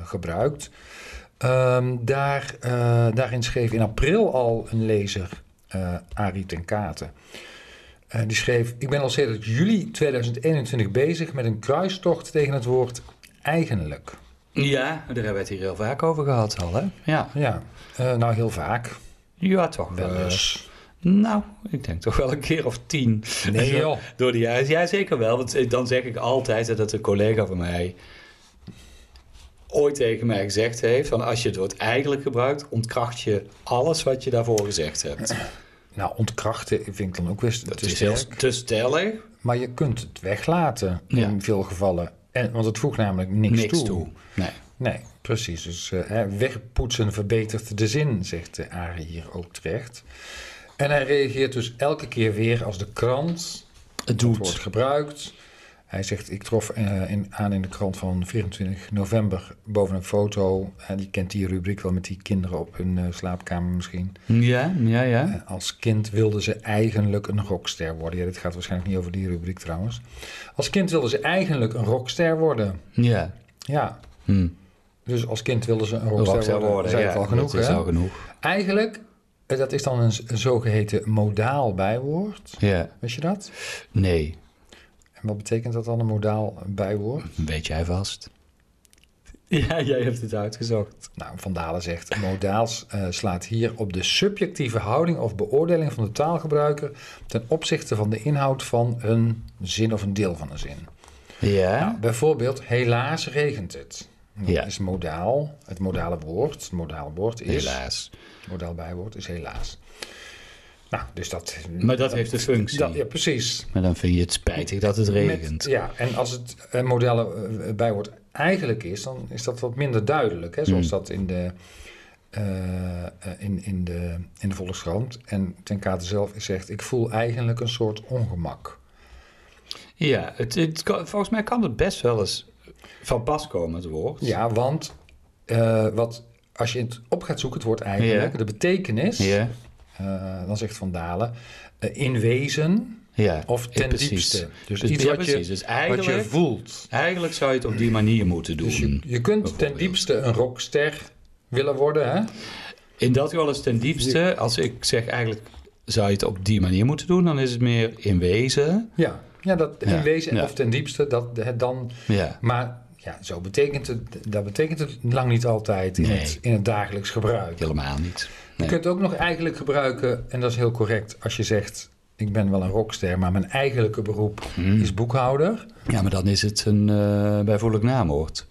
Speaker 2: gebruikt. Ehm, daar, eh, daarin schreef in april al een lezer, eh Arie ten Katen. Eh, die schreef: Ik ben al sinds juli 2021 bezig met een kruistocht tegen het woord eigenlijk.
Speaker 3: Ja, daar hebben we het hier heel vaak over gehad al, hè? Ja,
Speaker 2: Ja, eh, nou heel vaak.
Speaker 3: ja toch wel.
Speaker 2: Wel eens.
Speaker 3: Nou, ik denk toch wel een keer of tien. [laughs]
Speaker 2: Nee, joh.
Speaker 3: Door de jaren. Ja, zeker wel. Want eh, dan zeg ik altijd hè, dat een collega van mij ooit tegen mij gezegd heeft... van als je het woord eigenlijk gebruikt, ontkracht je alles wat je daarvoor gezegd hebt.
Speaker 2: Nou, ontkrachten vind ik dan ook weer
Speaker 3: Dat
Speaker 2: te
Speaker 3: is heel
Speaker 2: sterk.
Speaker 3: te stellig.
Speaker 2: Maar je kunt het weglaten
Speaker 3: Ja.
Speaker 2: in veel gevallen. En, want het voegt namelijk niks,
Speaker 3: Niks toe. Nee.
Speaker 2: Nee, precies. Dus eh, hè, wegpoetsen verbetert de zin, zegt de Arie hier ook terecht. En hij reageert dus elke keer weer als de krant
Speaker 3: Het
Speaker 2: het wordt gebruikt. Hij zegt, ik trof eh, in, aan in de krant van 24 november boven een foto. En die kent die rubriek wel met die kinderen op hun eh, slaapkamer misschien.
Speaker 3: Ja, ja, ja.
Speaker 2: En Als kind wilde ze eigenlijk een rockster worden. Ja, dit gaat waarschijnlijk niet over die rubriek trouwens. Als kind wilde ze eigenlijk een rockster worden.
Speaker 3: Ja.
Speaker 2: Ja,
Speaker 3: Hm.
Speaker 2: dus als kind wilde ze een rockster, worden. Dat is
Speaker 3: ja,
Speaker 2: eigenlijk al
Speaker 3: dat
Speaker 2: genoeg,
Speaker 3: is
Speaker 2: hè?
Speaker 3: al genoeg.
Speaker 2: Eigenlijk, eh, dat is dan een, z- een zogeheten modaal bijwoord.
Speaker 3: Ja.
Speaker 2: Weet je dat?
Speaker 3: Nee.
Speaker 2: En wat betekent dat dan, een modaal bijwoord?
Speaker 3: Weet jij vast? Ja, jij hebt het uitgezocht.
Speaker 2: Nou, Van Dalen zegt, modaal eh, slaat hier op de subjectieve houding of beoordeling van de taalgebruiker ten opzichte van de inhoud van een zin of een deel van een zin.
Speaker 3: Ja.
Speaker 2: Nou, Bijvoorbeeld, helaas regent het. Dat
Speaker 3: Ja.
Speaker 2: is modaal. Het modale woord. Het modale woord is.
Speaker 3: Helaas.
Speaker 2: Modaal bijwoord is helaas. Nou, dus dat.
Speaker 3: Maar dat heeft een functie.
Speaker 2: dat- ja, precies.
Speaker 3: Maar dan vind je het spijtig dat het regent.
Speaker 2: Met- ja, en als het eh, modale eh, bijwoord eigenlijk is, dan is dat wat minder duidelijk. Hè?
Speaker 3: Mm.
Speaker 2: Zoals dat in de, eh, eh, in, in de, in de Volkskrant en ten kate zelf zegt: Ik voel eigenlijk een soort ongemak.
Speaker 3: Ja, het, het kan- volgens mij kan het best wel eens van pas komen, het woord.
Speaker 2: Ja, want eh, wat, als je het op gaat zoeken, het woord eigenlijk,
Speaker 3: Ja.
Speaker 2: de betekenis.
Speaker 3: Ja.
Speaker 2: Eh, dan zegt Van Dalen, eh, in wezen
Speaker 3: ja.
Speaker 2: of ten
Speaker 3: Ja, precies.
Speaker 2: diepste. Dus
Speaker 3: Dus-
Speaker 2: iets
Speaker 3: ja,
Speaker 2: wat,
Speaker 3: precies.
Speaker 2: je,
Speaker 3: Dus eigenlijk,
Speaker 2: wat je voelt.
Speaker 3: eigenlijk zou je het op die manier moeten doen.
Speaker 2: Dus je, je kunt ten
Speaker 3: Hmm, bijvoorbeeld.
Speaker 2: diepste een rockster willen worden, hè?
Speaker 3: In dat geval is ten diepste, als ik zeg eigenlijk zou je het op die manier moeten doen, dan is het meer in wezen.
Speaker 2: Ja, ja, dat,
Speaker 3: Ja,
Speaker 2: in wezen
Speaker 3: ja.
Speaker 2: of ten diepste, dat, het dan...
Speaker 3: Ja.
Speaker 2: Maar ja, zo betekent het, dat betekent het lang niet altijd in,
Speaker 3: Nee.
Speaker 2: het, in het dagelijks gebruik.
Speaker 3: Helemaal niet.
Speaker 2: Je
Speaker 3: Nee.
Speaker 2: kunt het ook nog eigenlijk gebruiken, en dat is heel correct, als je zegt... Ik ben wel een rockster, maar mijn
Speaker 3: Hmm. Hm.
Speaker 2: eigenlijke beroep is boekhouder.
Speaker 3: Ja, maar dan is het een eh bijvoeglijk naamwoord.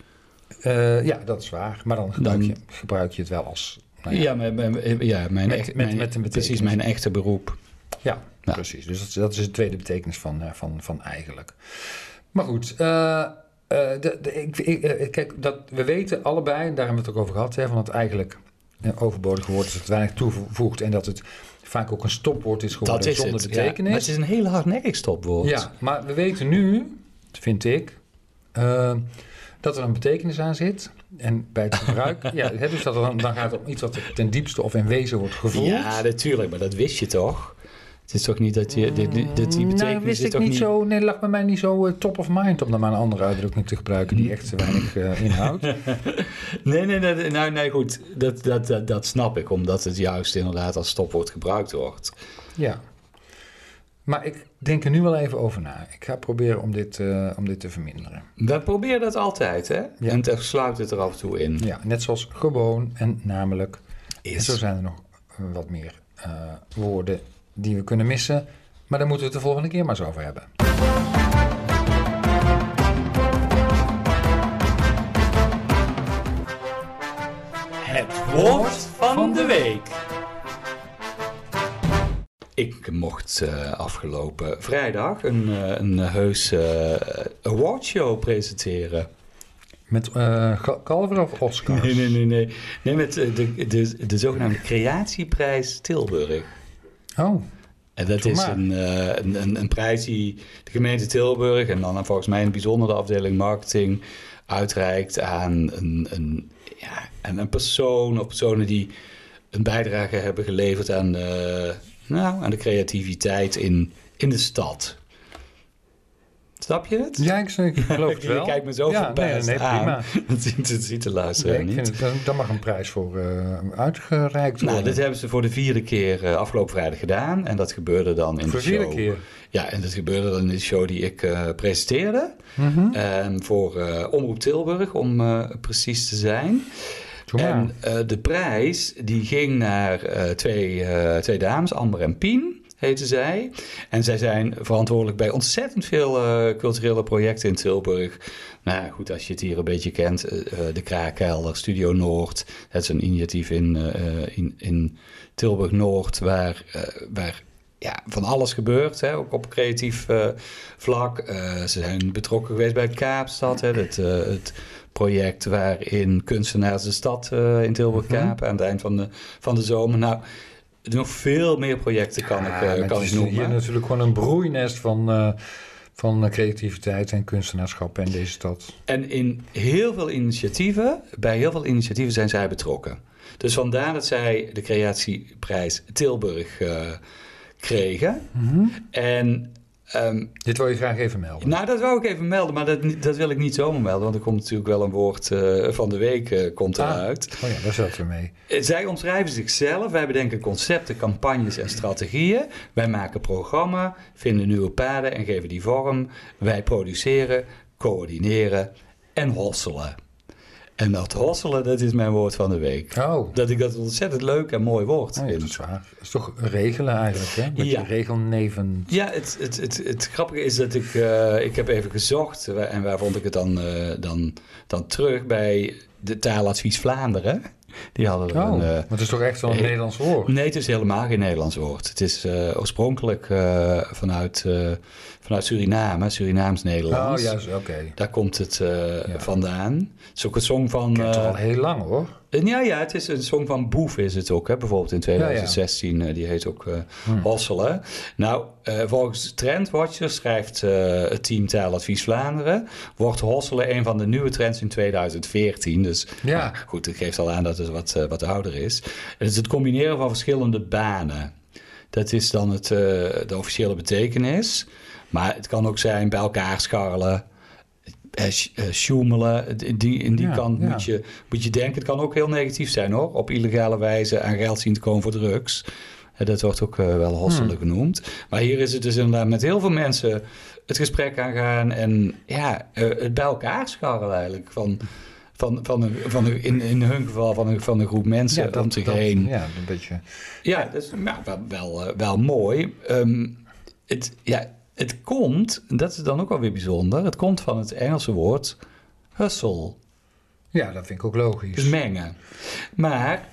Speaker 2: Eh, ja, dat is waar. Maar dan gebruik je, gebruik je het wel als... nou ja,
Speaker 3: Ja, mijn, mijn- ja, mijn,
Speaker 2: Met-
Speaker 3: echt-
Speaker 2: met-
Speaker 3: mijn-
Speaker 2: met een
Speaker 3: precies
Speaker 2: betekenis.
Speaker 3: mijn echte beroep.
Speaker 2: Ja,
Speaker 3: Ja.
Speaker 2: precies. Dus dat, dat is de tweede betekenis van, eh, van, van eigenlijk. Maar goed, eh, eh, de, de- ik, ik- eh, kijk, dat, we weten allebei, en daar hebben we het ook over gehad, hè, van dat eigenlijk een overbodig woord is dat het weinig toevoegt en dat het vaak ook een stopwoord is geworden
Speaker 3: Dat is
Speaker 2: zonder
Speaker 3: het. ja.
Speaker 2: betekenis.
Speaker 3: Maar het is een heel hardnekkig stopwoord.
Speaker 2: Ja, maar we weten nu, vind ik, eh, dat er een betekenis aan zit. En bij het
Speaker 3: [laughs]
Speaker 2: gebruik, ja, hè, dus dat er dan, dan gaat het om iets wat ten diepste of in wezen wordt gevoeld.
Speaker 3: Ja, natuurlijk, maar dat wist je toch? Het is toch niet dat, je, dit, dit- dat die betekenis
Speaker 2: Nou, wist
Speaker 3: is
Speaker 2: ik
Speaker 3: toch
Speaker 2: niet zo. Nee, lag bij mij niet zo eh, top of mind om dan maar een andere uitdrukking te gebruiken die echt zo weinig eh,
Speaker 3: [laughs]
Speaker 2: inhoudt.
Speaker 3: Nee, nee, nee, nee, nou, nee goed. Dat, dat, dat, dat snap ik, omdat het juist inderdaad als stopwoord gebruikt wordt.
Speaker 2: ja. Maar ik denk er nu wel even over na. Ik ga proberen om dit, eh, om dit te verminderen.
Speaker 3: We proberen dat altijd, hè? En het sluit het er af en toe in.
Speaker 2: Ja, net zoals gewoon en namelijk. En
Speaker 3: Is.
Speaker 2: zo zijn er nog eh, wat meer eh, woorden die we kunnen missen. Maar daar moeten we het de volgende keer maar eens over hebben.
Speaker 1: Het woord van de week.
Speaker 3: Ik mocht eh, afgelopen vrijdag een, eh, een heus eh, awardshow presenteren.
Speaker 2: Met eh, Ga- Calver of Oscars?
Speaker 3: Nee, nee, nee, nee. Nee, met eh, de, de, de zogenaamde Creatieprijs Tilburg.
Speaker 2: Oh,
Speaker 3: En dat
Speaker 2: Doe
Speaker 3: is
Speaker 2: maar.
Speaker 3: een, eh, een, een, een prijs die de gemeente Tilburg en dan volgens mij een bijzondere afdeling marketing uitreikt aan een, een, ja, aan een persoon of personen die een bijdrage hebben geleverd aan, eh, nou, aan de creativiteit in, in de stad. Snap je het?
Speaker 2: ja, ik,
Speaker 3: [laughs]
Speaker 2: ik geloof het wel.
Speaker 3: Je kijkt me zo
Speaker 2: ja, nee,
Speaker 3: verbaasd
Speaker 2: nee, prima.
Speaker 3: aan. [laughs] Dat ziet, dat ziet de luisteraar
Speaker 2: Nee, ik
Speaker 3: niet.
Speaker 2: vind het- daar- daar mag een prijs voor eh, uitgereikt worden.
Speaker 3: Nou, dit hebben ze voor de vierde keer eh, afgelopen vrijdag gedaan. En dat gebeurde dan in
Speaker 2: Voor
Speaker 3: de
Speaker 2: vierde
Speaker 3: show.
Speaker 2: keer?
Speaker 3: Ja, en dat gebeurde dan in de show die ik eh, presenteerde.
Speaker 2: Mhm.
Speaker 3: En voor eh, Omroep Tilburg, om eh, precies te zijn.
Speaker 2: Doe maar.
Speaker 3: En eh, de prijs die ging naar eh, twee, eh, twee dames, Amber en Pien heten zij. En zij zijn verantwoordelijk bij ontzettend veel eh, culturele projecten in Tilburg. Nou ja, goed, als je het hier een beetje kent, eh, eh, de Kraakkelder, Studio Noord. Het is een initiatief in, eh, eh, in, in Tilburg-Noord waar, eh, waar ja, van alles gebeurt, hè, ook op creatief eh, vlak. Eh, ze zijn betrokken geweest bij Kaapstad, hè, het, eh, het project waarin kunstenaars de stad eh, in
Speaker 2: Mhm.
Speaker 3: Tilburg-Kaap aan het eind van de, van de zomer. Nou, nog veel meer projecten kan ik,
Speaker 2: Ja,
Speaker 3: eh,
Speaker 2: maar het
Speaker 3: kan ik
Speaker 2: is
Speaker 3: noemen.
Speaker 2: hier dus- natuurlijk gewoon een broeinest van, eh, van eh, creativiteit en kunstenaarschap in deze stad.
Speaker 3: En in heel veel initiatieven, bij heel veel initiatieven zijn zij betrokken. Dus vandaar dat zij de creatieprijs Tilburg eh, kregen. En ehm,
Speaker 2: Dit wil je graag even melden.
Speaker 3: Mhm. nou, dat wou ik even melden, maar dat, dat wil ik niet zomaar melden, want er komt natuurlijk wel een woord eh, van de week eh, komt
Speaker 2: Ah.
Speaker 3: eruit.
Speaker 2: Oh ja, daar zaten we mee.
Speaker 3: Eh, Zij omschrijven zichzelf, wij bedenken concepten, campagnes en strategieën. Wij maken programma, vinden nieuwe paden en geven die vorm. Wij produceren, coördineren en hosselen. En dat hosselen, dat is mijn woord van de week.
Speaker 2: Oh,
Speaker 3: Dat ik dat een ontzettend leuk en mooi woord
Speaker 2: oh ja, dat
Speaker 3: vind.
Speaker 2: is waar. Dat is toch regelen eigenlijk, hè? Met
Speaker 3: Ja.
Speaker 2: je regelneven.
Speaker 3: Ja, het, het, het, het grappige is dat ik, eh, ik heb even gezocht eh, waar- en waar vond ik het dan, eh, dan, dan terug bij de taaladvies Vlaanderen. Die hadden er
Speaker 2: Oh,
Speaker 3: een, eh,
Speaker 2: maar het is toch echt wel een
Speaker 3: eh,
Speaker 2: Nederlands woord?
Speaker 3: Nee, het is helemaal geen Nederlands woord. Het is eh, oorspronkelijk eh, vanuit, eh, vanuit Suriname,
Speaker 2: Oh
Speaker 3: Surinaams-Nederlands.
Speaker 2: ja, oké.
Speaker 3: Daar komt het eh,
Speaker 2: Ja.
Speaker 3: vandaan. Het is ook een song van...
Speaker 2: Ik ken het
Speaker 3: eh,
Speaker 2: al heel lang, hoor.
Speaker 3: en Eh, Ja, ja, het is een song van Boef is het ook. Hè? Bijvoorbeeld in 2016, eh, die heet ook eh Hosselen. Nou, eh, volgens Trendwatcher schrijft eh, het team Taaladvies Vlaanderen... wordt Hosselen een van de nieuwe trends in 2014. Dus
Speaker 2: Ja.
Speaker 3: nou, goed, het geeft al aan dat het wat, eh, wat ouder is. Het is het combineren van verschillende banen. Dat is dan het, eh, de officiële betekenis. Maar het kan ook zijn bij elkaar scharrelen... eh, sch- eh, sjoemelen, die, in die
Speaker 2: Ja,
Speaker 3: kant
Speaker 2: ja.
Speaker 3: moet je moet je denken, het kan ook heel negatief zijn hoor. Op illegale wijze aan geld zien te komen voor drugs. Eh, Dat wordt ook eh, wel hosselen
Speaker 2: Hmm.
Speaker 3: genoemd. Maar hier is het dus inderdaad met heel veel mensen het gesprek aangaan. En ja, eh, het bij elkaar scharrelen eigenlijk. Van, van, van, een, van een- in, in hun geval van een, van een groep mensen om zich heen.
Speaker 2: Ja, een beetje.
Speaker 3: Ja, dat is nou, wel, wel, eh, wel mooi. Ehm, het, ja, het komt, dat is dan ook wel weer bijzonder, het komt van het Engelse woord hustle.
Speaker 2: Ja, dat vind ik ook logisch.
Speaker 3: Dus mengen. Maar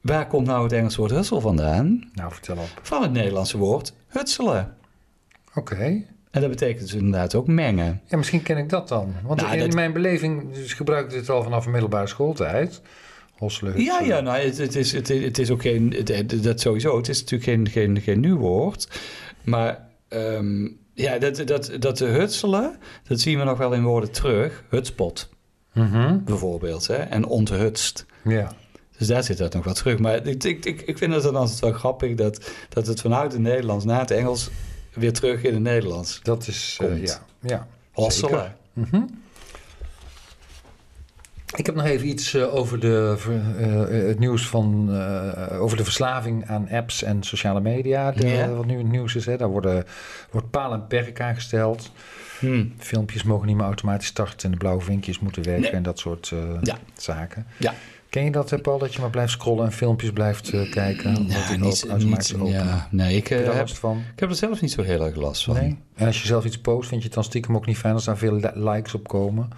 Speaker 3: waar komt nou het Engelse woord hussel vandaan?
Speaker 2: Nou, vertel op.
Speaker 3: Van het Nederlandse woord hutselen.
Speaker 2: Oké.
Speaker 3: En dat betekent dus inderdaad ook mengen.
Speaker 2: Ja, misschien ken ik dat dan. Want
Speaker 3: Nou,
Speaker 2: in
Speaker 3: dat-
Speaker 2: mijn beleving dus gebruikte ik het al vanaf middelbare schooltijd. Hosselen.
Speaker 3: Ja, ja, nou, het, het, is, het, het is ook geen, het- het- dat sowieso, het is natuurlijk geen, geen, geen nieuw woord. Maar ehm, ja, dat, dat, dat de hutselen, dat zien we nog wel in woorden terug. Hutspot
Speaker 2: Mhm.
Speaker 3: bijvoorbeeld, hè, en onthutst.
Speaker 2: Ja.
Speaker 3: Dus daar zit dat nog wat terug. Maar ik, ik, ik, ik vind het dan altijd wel grappig dat, dat het vanuit het Nederlands naar het Engels weer terug in het Nederlands.
Speaker 2: Dat is... eh,
Speaker 3: Komt.
Speaker 2: ja. ja. Zeker.
Speaker 3: Hosselen.
Speaker 2: Mhm. Ik heb nog even iets eh, over de, ver- eh, het nieuws van, eh, over de verslaving aan apps en sociale media. de- eh,
Speaker 3: Ja.
Speaker 2: Wat nu het nieuws is, hè. daar worden, wordt paal en perk aan gesteld. Hmm.
Speaker 3: Hm.
Speaker 2: Filmpjes mogen niet meer automatisch starten en de blauwe vinkjes moeten werken
Speaker 3: Nee.
Speaker 2: en dat soort eh,
Speaker 3: Ja.
Speaker 2: zaken.
Speaker 3: Ja.
Speaker 2: Ken je dat, eh, Paul, dat je maar blijft scrollen en filmpjes blijft eh, kijken? Omdat
Speaker 3: Ja,
Speaker 2: die
Speaker 3: niet,
Speaker 2: ook automatisch
Speaker 3: niet,
Speaker 2: openen.
Speaker 3: ja, nee, ik, eh, oh.
Speaker 2: Heb je daar
Speaker 3: heb,
Speaker 2: last van?
Speaker 3: ik heb er zelf niet zo heel erg last van.
Speaker 2: Nee. En als je zelf iets post, vind je het dan stiekem ook niet fijn als daar veel li- likes op komen?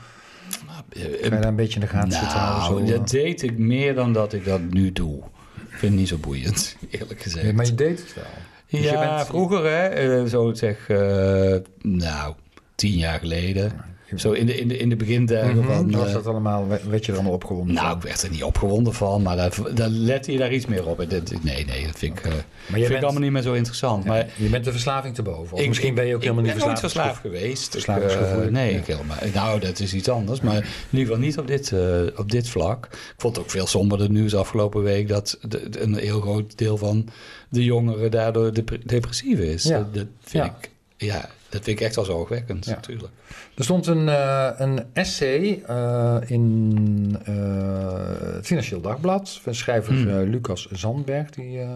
Speaker 3: Eh,
Speaker 2: Ga je daar een beetje in de gaten zitten houden?
Speaker 3: Nou,
Speaker 2: zo, eh?
Speaker 3: dat deed ik meer dan dat ik dat nu doe. Ik vind het niet zo boeiend, [laughs] eerlijk gezegd.
Speaker 2: Nee, Eh, maar je deed het wel. Dus je
Speaker 3: ja,
Speaker 2: bent-
Speaker 3: vroeger, hè, eh, zo zeg, eh, nou, tien jaar geleden. Zo in de, in de, in de begindagen
Speaker 2: Mhm,
Speaker 3: van...
Speaker 2: was
Speaker 3: eh,
Speaker 2: dat allemaal, we- werd je er dan opgewonden
Speaker 3: nou,
Speaker 2: van?
Speaker 3: ik werd er niet opgewonden van, maar daar, daar lette je daar iets meer op. En dit- Nee, nee, dat vind ik, eh,
Speaker 2: Maar
Speaker 3: vind
Speaker 2: jij
Speaker 3: ik
Speaker 2: bent,
Speaker 3: allemaal niet meer zo interessant.
Speaker 2: ja,
Speaker 3: Maar
Speaker 2: je bent de verslaving te boven. Of
Speaker 3: eh, Ik-
Speaker 2: misschien ben je ook
Speaker 3: ik
Speaker 2: helemaal niet
Speaker 3: ben nooit
Speaker 2: verslaafd.
Speaker 3: verslaafd geweest. Ik,
Speaker 2: Verslavingsgevoel,
Speaker 3: eh, nee,
Speaker 2: ja.
Speaker 3: ik helemaal. Nou, dat is iets anders. Maar in ieder geval niet op dit, eh, op dit vlak. Ik vond het ook veel somberder nieuws afgelopen week dat de- de- een heel groot deel van de jongeren daardoor dep- depressief is.
Speaker 2: Ja.
Speaker 3: Dat, dat vind
Speaker 2: Ja.
Speaker 3: ik. Ja, dat vind ik echt wel zorgwekkend,
Speaker 2: Ja.
Speaker 3: natuurlijk.
Speaker 2: Er stond een, eh, een essay eh, in eh, het Financieel Dagblad van schrijver
Speaker 3: Hmm.
Speaker 2: eh, Lucas Zandberg. Die eh,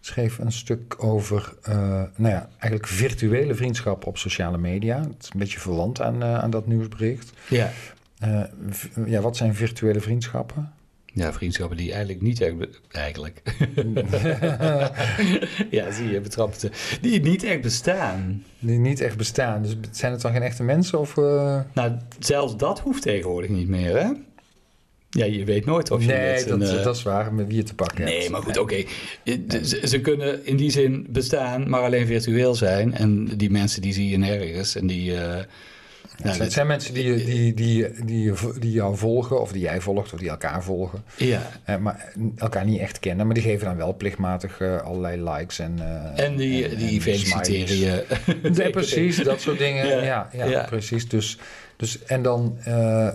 Speaker 2: schreef een stuk over, eh, nou ja, eigenlijk virtuele vriendschap op sociale media. Het is een beetje verwant aan, eh, aan dat nieuwsbericht.
Speaker 3: Ja.
Speaker 2: Eh, v- ja, wat zijn virtuele vriendschappen?
Speaker 3: ja, vriendschappen die eigenlijk niet echt be-
Speaker 2: [laughs]
Speaker 3: eigenlijk. ja, zie je, betrapte. Die niet echt bestaan.
Speaker 2: Die niet echt bestaan. Dus zijn het dan geen echte mensen? Of, eh,
Speaker 3: Nou, zelfs dat hoeft tegenwoordig niet meer, hè? Ja, je weet nooit of je
Speaker 2: Nee,
Speaker 3: met
Speaker 2: dat,
Speaker 3: een, eh,
Speaker 2: dat is waar. Met wie je te pakken hebt.
Speaker 3: Nee, maar goed, oké. Ze, ze kunnen in die zin bestaan, maar alleen virtueel zijn. En die mensen die zie je nergens. En die... eh, nou,
Speaker 2: het zijn-
Speaker 3: dat-
Speaker 2: het zijn mensen die, je- die, die, eh, die, je- die jou volgen, of die jij volgt, of die elkaar volgen.
Speaker 3: ja,
Speaker 2: Eh, maar elkaar niet echt kennen, maar die geven dan wel plichtmatig eh, allerlei likes en. eh,
Speaker 3: en die,
Speaker 2: en
Speaker 3: die feliciteren
Speaker 2: smileys. [laughs]
Speaker 3: je. [laughs]
Speaker 2: Ja, precies, dat soort dingen.
Speaker 3: Ja,
Speaker 2: Ja, ja,
Speaker 3: ja.
Speaker 2: precies. Dus, dus, en dan eh,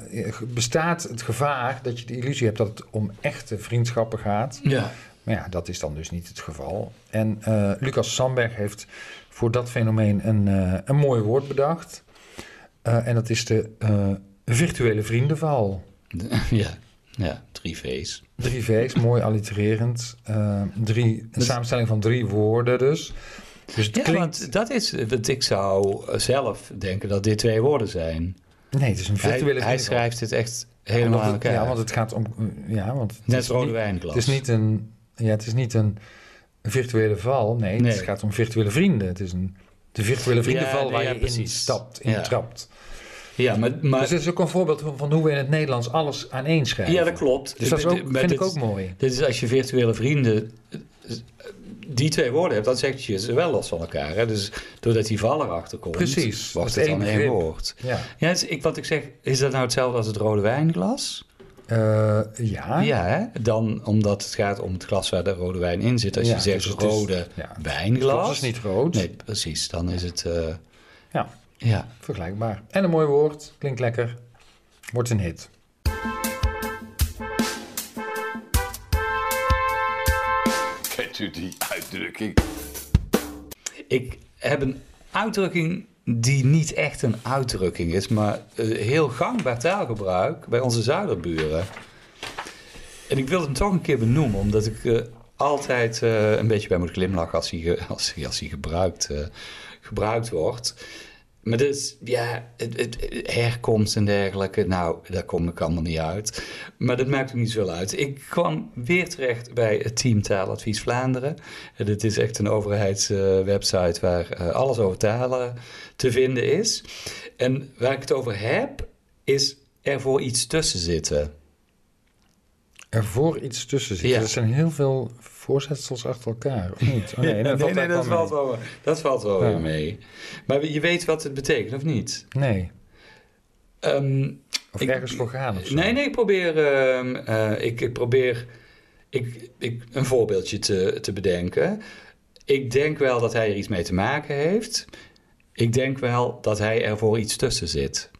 Speaker 2: bestaat het gevaar dat je de illusie hebt dat het om echte vriendschappen gaat.
Speaker 3: Ja,
Speaker 2: Maar ja, dat is dan dus niet het geval. En eh, Lucas Sandberg heeft voor dat fenomeen een, eh, een mooi woord bedacht. Eh, en dat is de eh, virtuele vriendenval.
Speaker 3: ja, ja, drie V's.
Speaker 2: Drie V's, mooi allitererend. Eh, drie, een
Speaker 3: Dus-
Speaker 2: samenstelling van drie woorden dus. Dus het
Speaker 3: Ja,
Speaker 2: klinkt...
Speaker 3: want dat is wat ik zou eh, zelf denken dat dit twee woorden zijn.
Speaker 2: Nee, het is een
Speaker 3: Hij,
Speaker 2: virtuele
Speaker 3: hij
Speaker 2: vriendenval.
Speaker 3: schrijft het echt helemaal aan
Speaker 2: Omdat het-
Speaker 3: elkaar.
Speaker 2: Ja, want het gaat om... Ja, want het
Speaker 3: Net
Speaker 2: is
Speaker 3: als rode
Speaker 2: niet-
Speaker 3: wijnglas.
Speaker 2: Het is niet een... Ja, het is niet een virtuele val. Nee,
Speaker 3: Nee.
Speaker 2: het gaat om virtuele vrienden. Het is een... De virtuele vriendenval
Speaker 3: nee,
Speaker 2: waar
Speaker 3: ja,
Speaker 2: je in
Speaker 3: precies.
Speaker 2: stapt,
Speaker 3: Ja.
Speaker 2: in trapt.
Speaker 3: Ja, maar, maar,
Speaker 2: dus dit is ook een voorbeeld van, van hoe we in het Nederlands alles aan één schrijven.
Speaker 3: ja dat klopt.
Speaker 2: Dus dat is ook,
Speaker 3: Maar
Speaker 2: vind ik
Speaker 3: dit-
Speaker 2: ook mooi.
Speaker 3: Dit is als je virtuele vrienden eh, die twee woorden hebt, dan zeg je ze wel los van elkaar. Hè? Dus doordat die val erachter komt,
Speaker 2: Precies,
Speaker 3: wordt
Speaker 2: dat
Speaker 3: het
Speaker 2: is
Speaker 3: dan
Speaker 2: één
Speaker 3: één
Speaker 2: begrip.
Speaker 3: woord.
Speaker 2: Ja,
Speaker 3: Ja, dus ik, wat ik zeg, is dat nou hetzelfde als het rode wijnglas?
Speaker 2: Eh, ja.
Speaker 3: Ja, hè? dan omdat het gaat om het glas waar de rode wijn in zit. Als
Speaker 2: Ja,
Speaker 3: je zegt
Speaker 2: dus het is-
Speaker 3: rode
Speaker 2: ja. dus
Speaker 3: wijnglas.
Speaker 2: glas is niet rood.
Speaker 3: Nee, precies. Dan is het. eh,
Speaker 2: Ja,
Speaker 3: ja.
Speaker 2: vergelijkbaar. En een mooi woord, klinkt lekker. Wordt een hit.
Speaker 4: Kent u die uitdrukking?
Speaker 3: Ik heb een uitdrukking die niet echt een uitdrukking is, maar eh, heel gangbaar taalgebruik bij onze zuiderburen. En ik wil hem toch een keer benoemen, omdat ik eh, altijd eh, een beetje bij moet glimlachen als hij, ge- als, hij- als hij gebruikt, eh, gebruikt wordt. Maar dus, ja, het, het- herkomst en dergelijke, nou, daar kom ik allemaal niet uit. Maar dat maakt ook niet zoveel uit. Ik kwam weer terecht bij het team Taaladvies Vlaanderen. En dit is echt een overheidswebsite waar eh, alles over talen te vinden is. En waar ik het over heb, is ervoor iets tussen zitten.
Speaker 2: Ervoor iets tussen zit.
Speaker 3: Ja.
Speaker 2: Er zijn heel veel voorzetsels achter elkaar, of niet?
Speaker 3: [laughs]
Speaker 2: Oh, nee, dat valt eigenlijk
Speaker 3: dat,
Speaker 2: wel
Speaker 3: valt wel, dat valt wel
Speaker 2: Ja.
Speaker 3: weer mee. Maar je weet wat het betekent, of niet?
Speaker 2: mee. Nee.
Speaker 3: Ehm,
Speaker 2: Of
Speaker 3: Ik-
Speaker 2: ergens voor gaan of zo.
Speaker 3: Nee, nee, ik probeer, ehm, eh, ik, ik probeer ik, ik, een voorbeeldje te, te bedenken. Ik denk wel dat hij er iets mee te maken heeft. Ik denk wel dat hij ervoor iets tussen zit.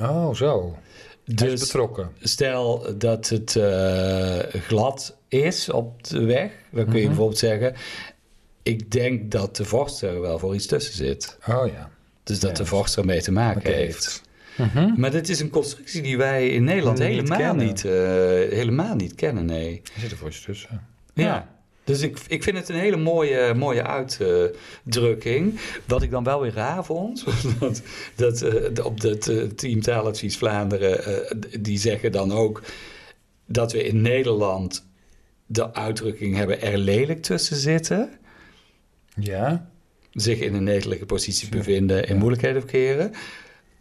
Speaker 2: Oh, zo. Hij is
Speaker 3: Dus
Speaker 2: betrokken.
Speaker 3: stel dat het eh, glad is op de weg, dan kun je
Speaker 2: Mhm.
Speaker 3: bijvoorbeeld zeggen: Ik denk dat de vorst er wel voor iets tussen zit.
Speaker 2: Oh ja.
Speaker 3: Dus dat
Speaker 2: Ja,
Speaker 3: de
Speaker 2: dus-
Speaker 3: vorst er mee te maken
Speaker 2: Oké.
Speaker 3: heeft.
Speaker 2: Mhm.
Speaker 3: Maar dit is een constructie die wij in Nederland
Speaker 2: Niet
Speaker 3: helemaal,
Speaker 2: kennen.
Speaker 3: Niet, eh, helemaal niet kennen, nee.
Speaker 2: Er zit er voor iets tussen.
Speaker 3: Ja.
Speaker 2: Ja.
Speaker 3: Dus ik, ik vind het een hele mooie, mooie uitdrukking. Wat ik dan wel weer raar vond, [laughs] dat, dat eh, op het eh, team Taaladvies Vlaanderen, eh, d- die zeggen dan ook dat we in Nederland de uitdrukking hebben er lelijk tussen zitten,
Speaker 2: Ja?
Speaker 3: zich in een nedelijke positie bevinden, in moeilijkheden verkeren.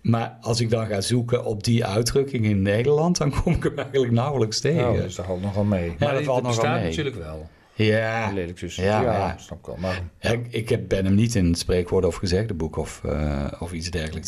Speaker 3: Maar als ik dan ga zoeken op die uitdrukking in Nederland, dan kom ik hem eigenlijk nauwelijks tegen.
Speaker 2: Oh, dus dat valt nogal mee. Maar
Speaker 3: dat
Speaker 2: dit-
Speaker 3: valt
Speaker 2: dit
Speaker 3: nogal
Speaker 2: bestaat
Speaker 3: mee.
Speaker 2: natuurlijk wel.
Speaker 3: Ja.
Speaker 2: Lelijk tussen.
Speaker 3: Ja,
Speaker 2: Ja,
Speaker 3: ja.
Speaker 2: snap ik wel. Maar
Speaker 3: Ja, ik- ik heb, ben hem niet in het spreekwoord of gezegdeboek of, eh, of iets dergelijks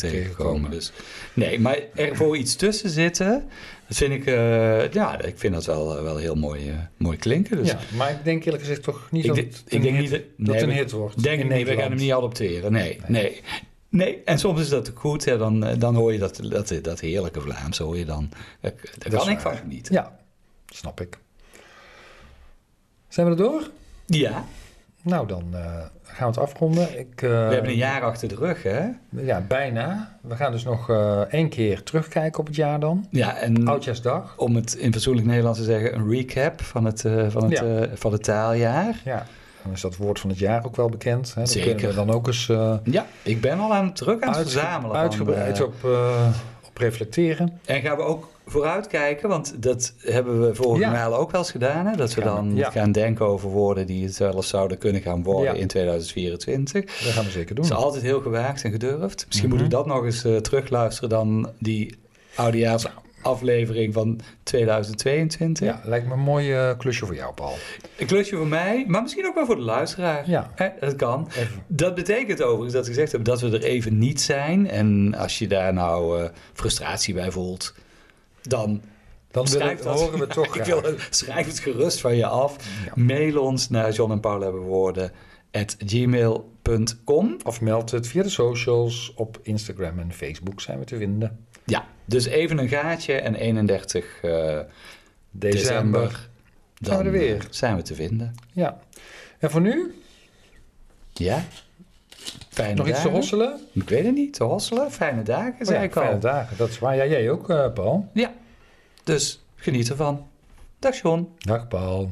Speaker 2: Tegengekomen.
Speaker 3: tegengekomen. Dus, nee, maar er voor iets tussen zitten, dat vind ik, eh, ja, ik vind dat wel, eh, wel heel mooi, eh, mooi klinken. Dus
Speaker 2: Ja, maar ik denk eerlijk gezegd toch niet
Speaker 3: Ik
Speaker 2: dat
Speaker 3: denk-
Speaker 2: het
Speaker 3: ik
Speaker 2: een
Speaker 3: denk
Speaker 2: hit-
Speaker 3: niet dat-
Speaker 2: dat
Speaker 3: nee,
Speaker 2: het een
Speaker 3: we-
Speaker 2: hit wordt.
Speaker 3: denk
Speaker 2: in
Speaker 3: ik niet, we gaan
Speaker 2: Nederland.
Speaker 3: hem niet adopteren. Nee, nee. nee. en soms is dat ook goed. Hè, dan, eh, dan hoor je dat, dat, dat heerlijke Vlaams, hoor je dan. Daar, daar
Speaker 2: Dat
Speaker 3: kan
Speaker 2: is
Speaker 3: ik
Speaker 2: waar.
Speaker 3: van niet.
Speaker 2: Ja, snap ik. Zijn we er door?
Speaker 3: Ja,
Speaker 2: Nou, dan eh, gaan we het afronden. Ik, eh,
Speaker 3: we hebben een jaar achter de rug, hè?
Speaker 2: Ja, bijna. We gaan dus nog eh, één keer terugkijken op het jaar dan.
Speaker 3: Ja, en
Speaker 2: Oudjaarsdag.
Speaker 3: om het in fatsoenlijk Nederlands te zeggen, een recap van het, eh, van het, eh, van het taaljaar.
Speaker 2: Ja, dan is dat woord van het jaar ook wel bekend. Hè? Dat
Speaker 3: Zeker.
Speaker 2: kunnen we dan ook eens eh,
Speaker 3: Ja, ik ben al aan het druk aan het
Speaker 2: uitge-
Speaker 3: verzamelen. van,
Speaker 2: uitgebreid
Speaker 3: eh,
Speaker 2: op, eh, op reflecteren.
Speaker 3: en gaan we ook vooruitkijken, want dat hebben we vorige
Speaker 2: Ja.
Speaker 3: maal ook wel eens gedaan. Hè? Dat we
Speaker 2: Gaan we-
Speaker 3: dan
Speaker 2: ja.
Speaker 3: gaan denken over woorden die het zelfs zouden kunnen gaan worden
Speaker 2: Ja.
Speaker 3: in 2024.
Speaker 2: Dat gaan we zeker
Speaker 3: Dat
Speaker 2: doen. Mhm.
Speaker 3: is altijd heel gewaagd en gedurfd. Misschien moet ik dat nog eens eh, terugluisteren dan die oudejaarsaflevering van 2022.
Speaker 2: Ja, lijkt me een mooi eh, klusje voor jou, Paul.
Speaker 3: Een klusje voor mij, maar misschien ook wel voor de luisteraar.
Speaker 2: Ja.
Speaker 3: Hè, dat kan.
Speaker 2: Even.
Speaker 3: Dat betekent overigens dat ik gezegd heb dat we er even niet zijn. En als je daar nou eh, frustratie bij voelt, dan
Speaker 2: Dan willen-
Speaker 3: schrijf dat. [laughs]
Speaker 2: horen we toch
Speaker 3: ik
Speaker 2: graag.
Speaker 3: wil, schrijf het gerust van je af.
Speaker 2: Ja.
Speaker 3: Mail ons naar John en Paul hebben woorden at gmail.com.
Speaker 2: Of meld het via de socials. Op Instagram en Facebook zijn we te vinden.
Speaker 3: Ja, dus even een gaatje en 31 eh,
Speaker 2: December.
Speaker 3: december.
Speaker 2: Zijn we er weer.
Speaker 3: eh, Zijn we te vinden.
Speaker 2: Ja. En voor nu,
Speaker 3: Ja. Fijne
Speaker 2: nog iets te
Speaker 3: dagen.
Speaker 2: hosselen? Oh
Speaker 3: Ik weet het niet, te hosselen. Fijne dagen, zei ik al.
Speaker 2: fijne dagen. Dat is waar. Ja, jij ook, eh, Paul.
Speaker 3: Ja, dus geniet ervan. Dag John.
Speaker 2: Dag, Paul.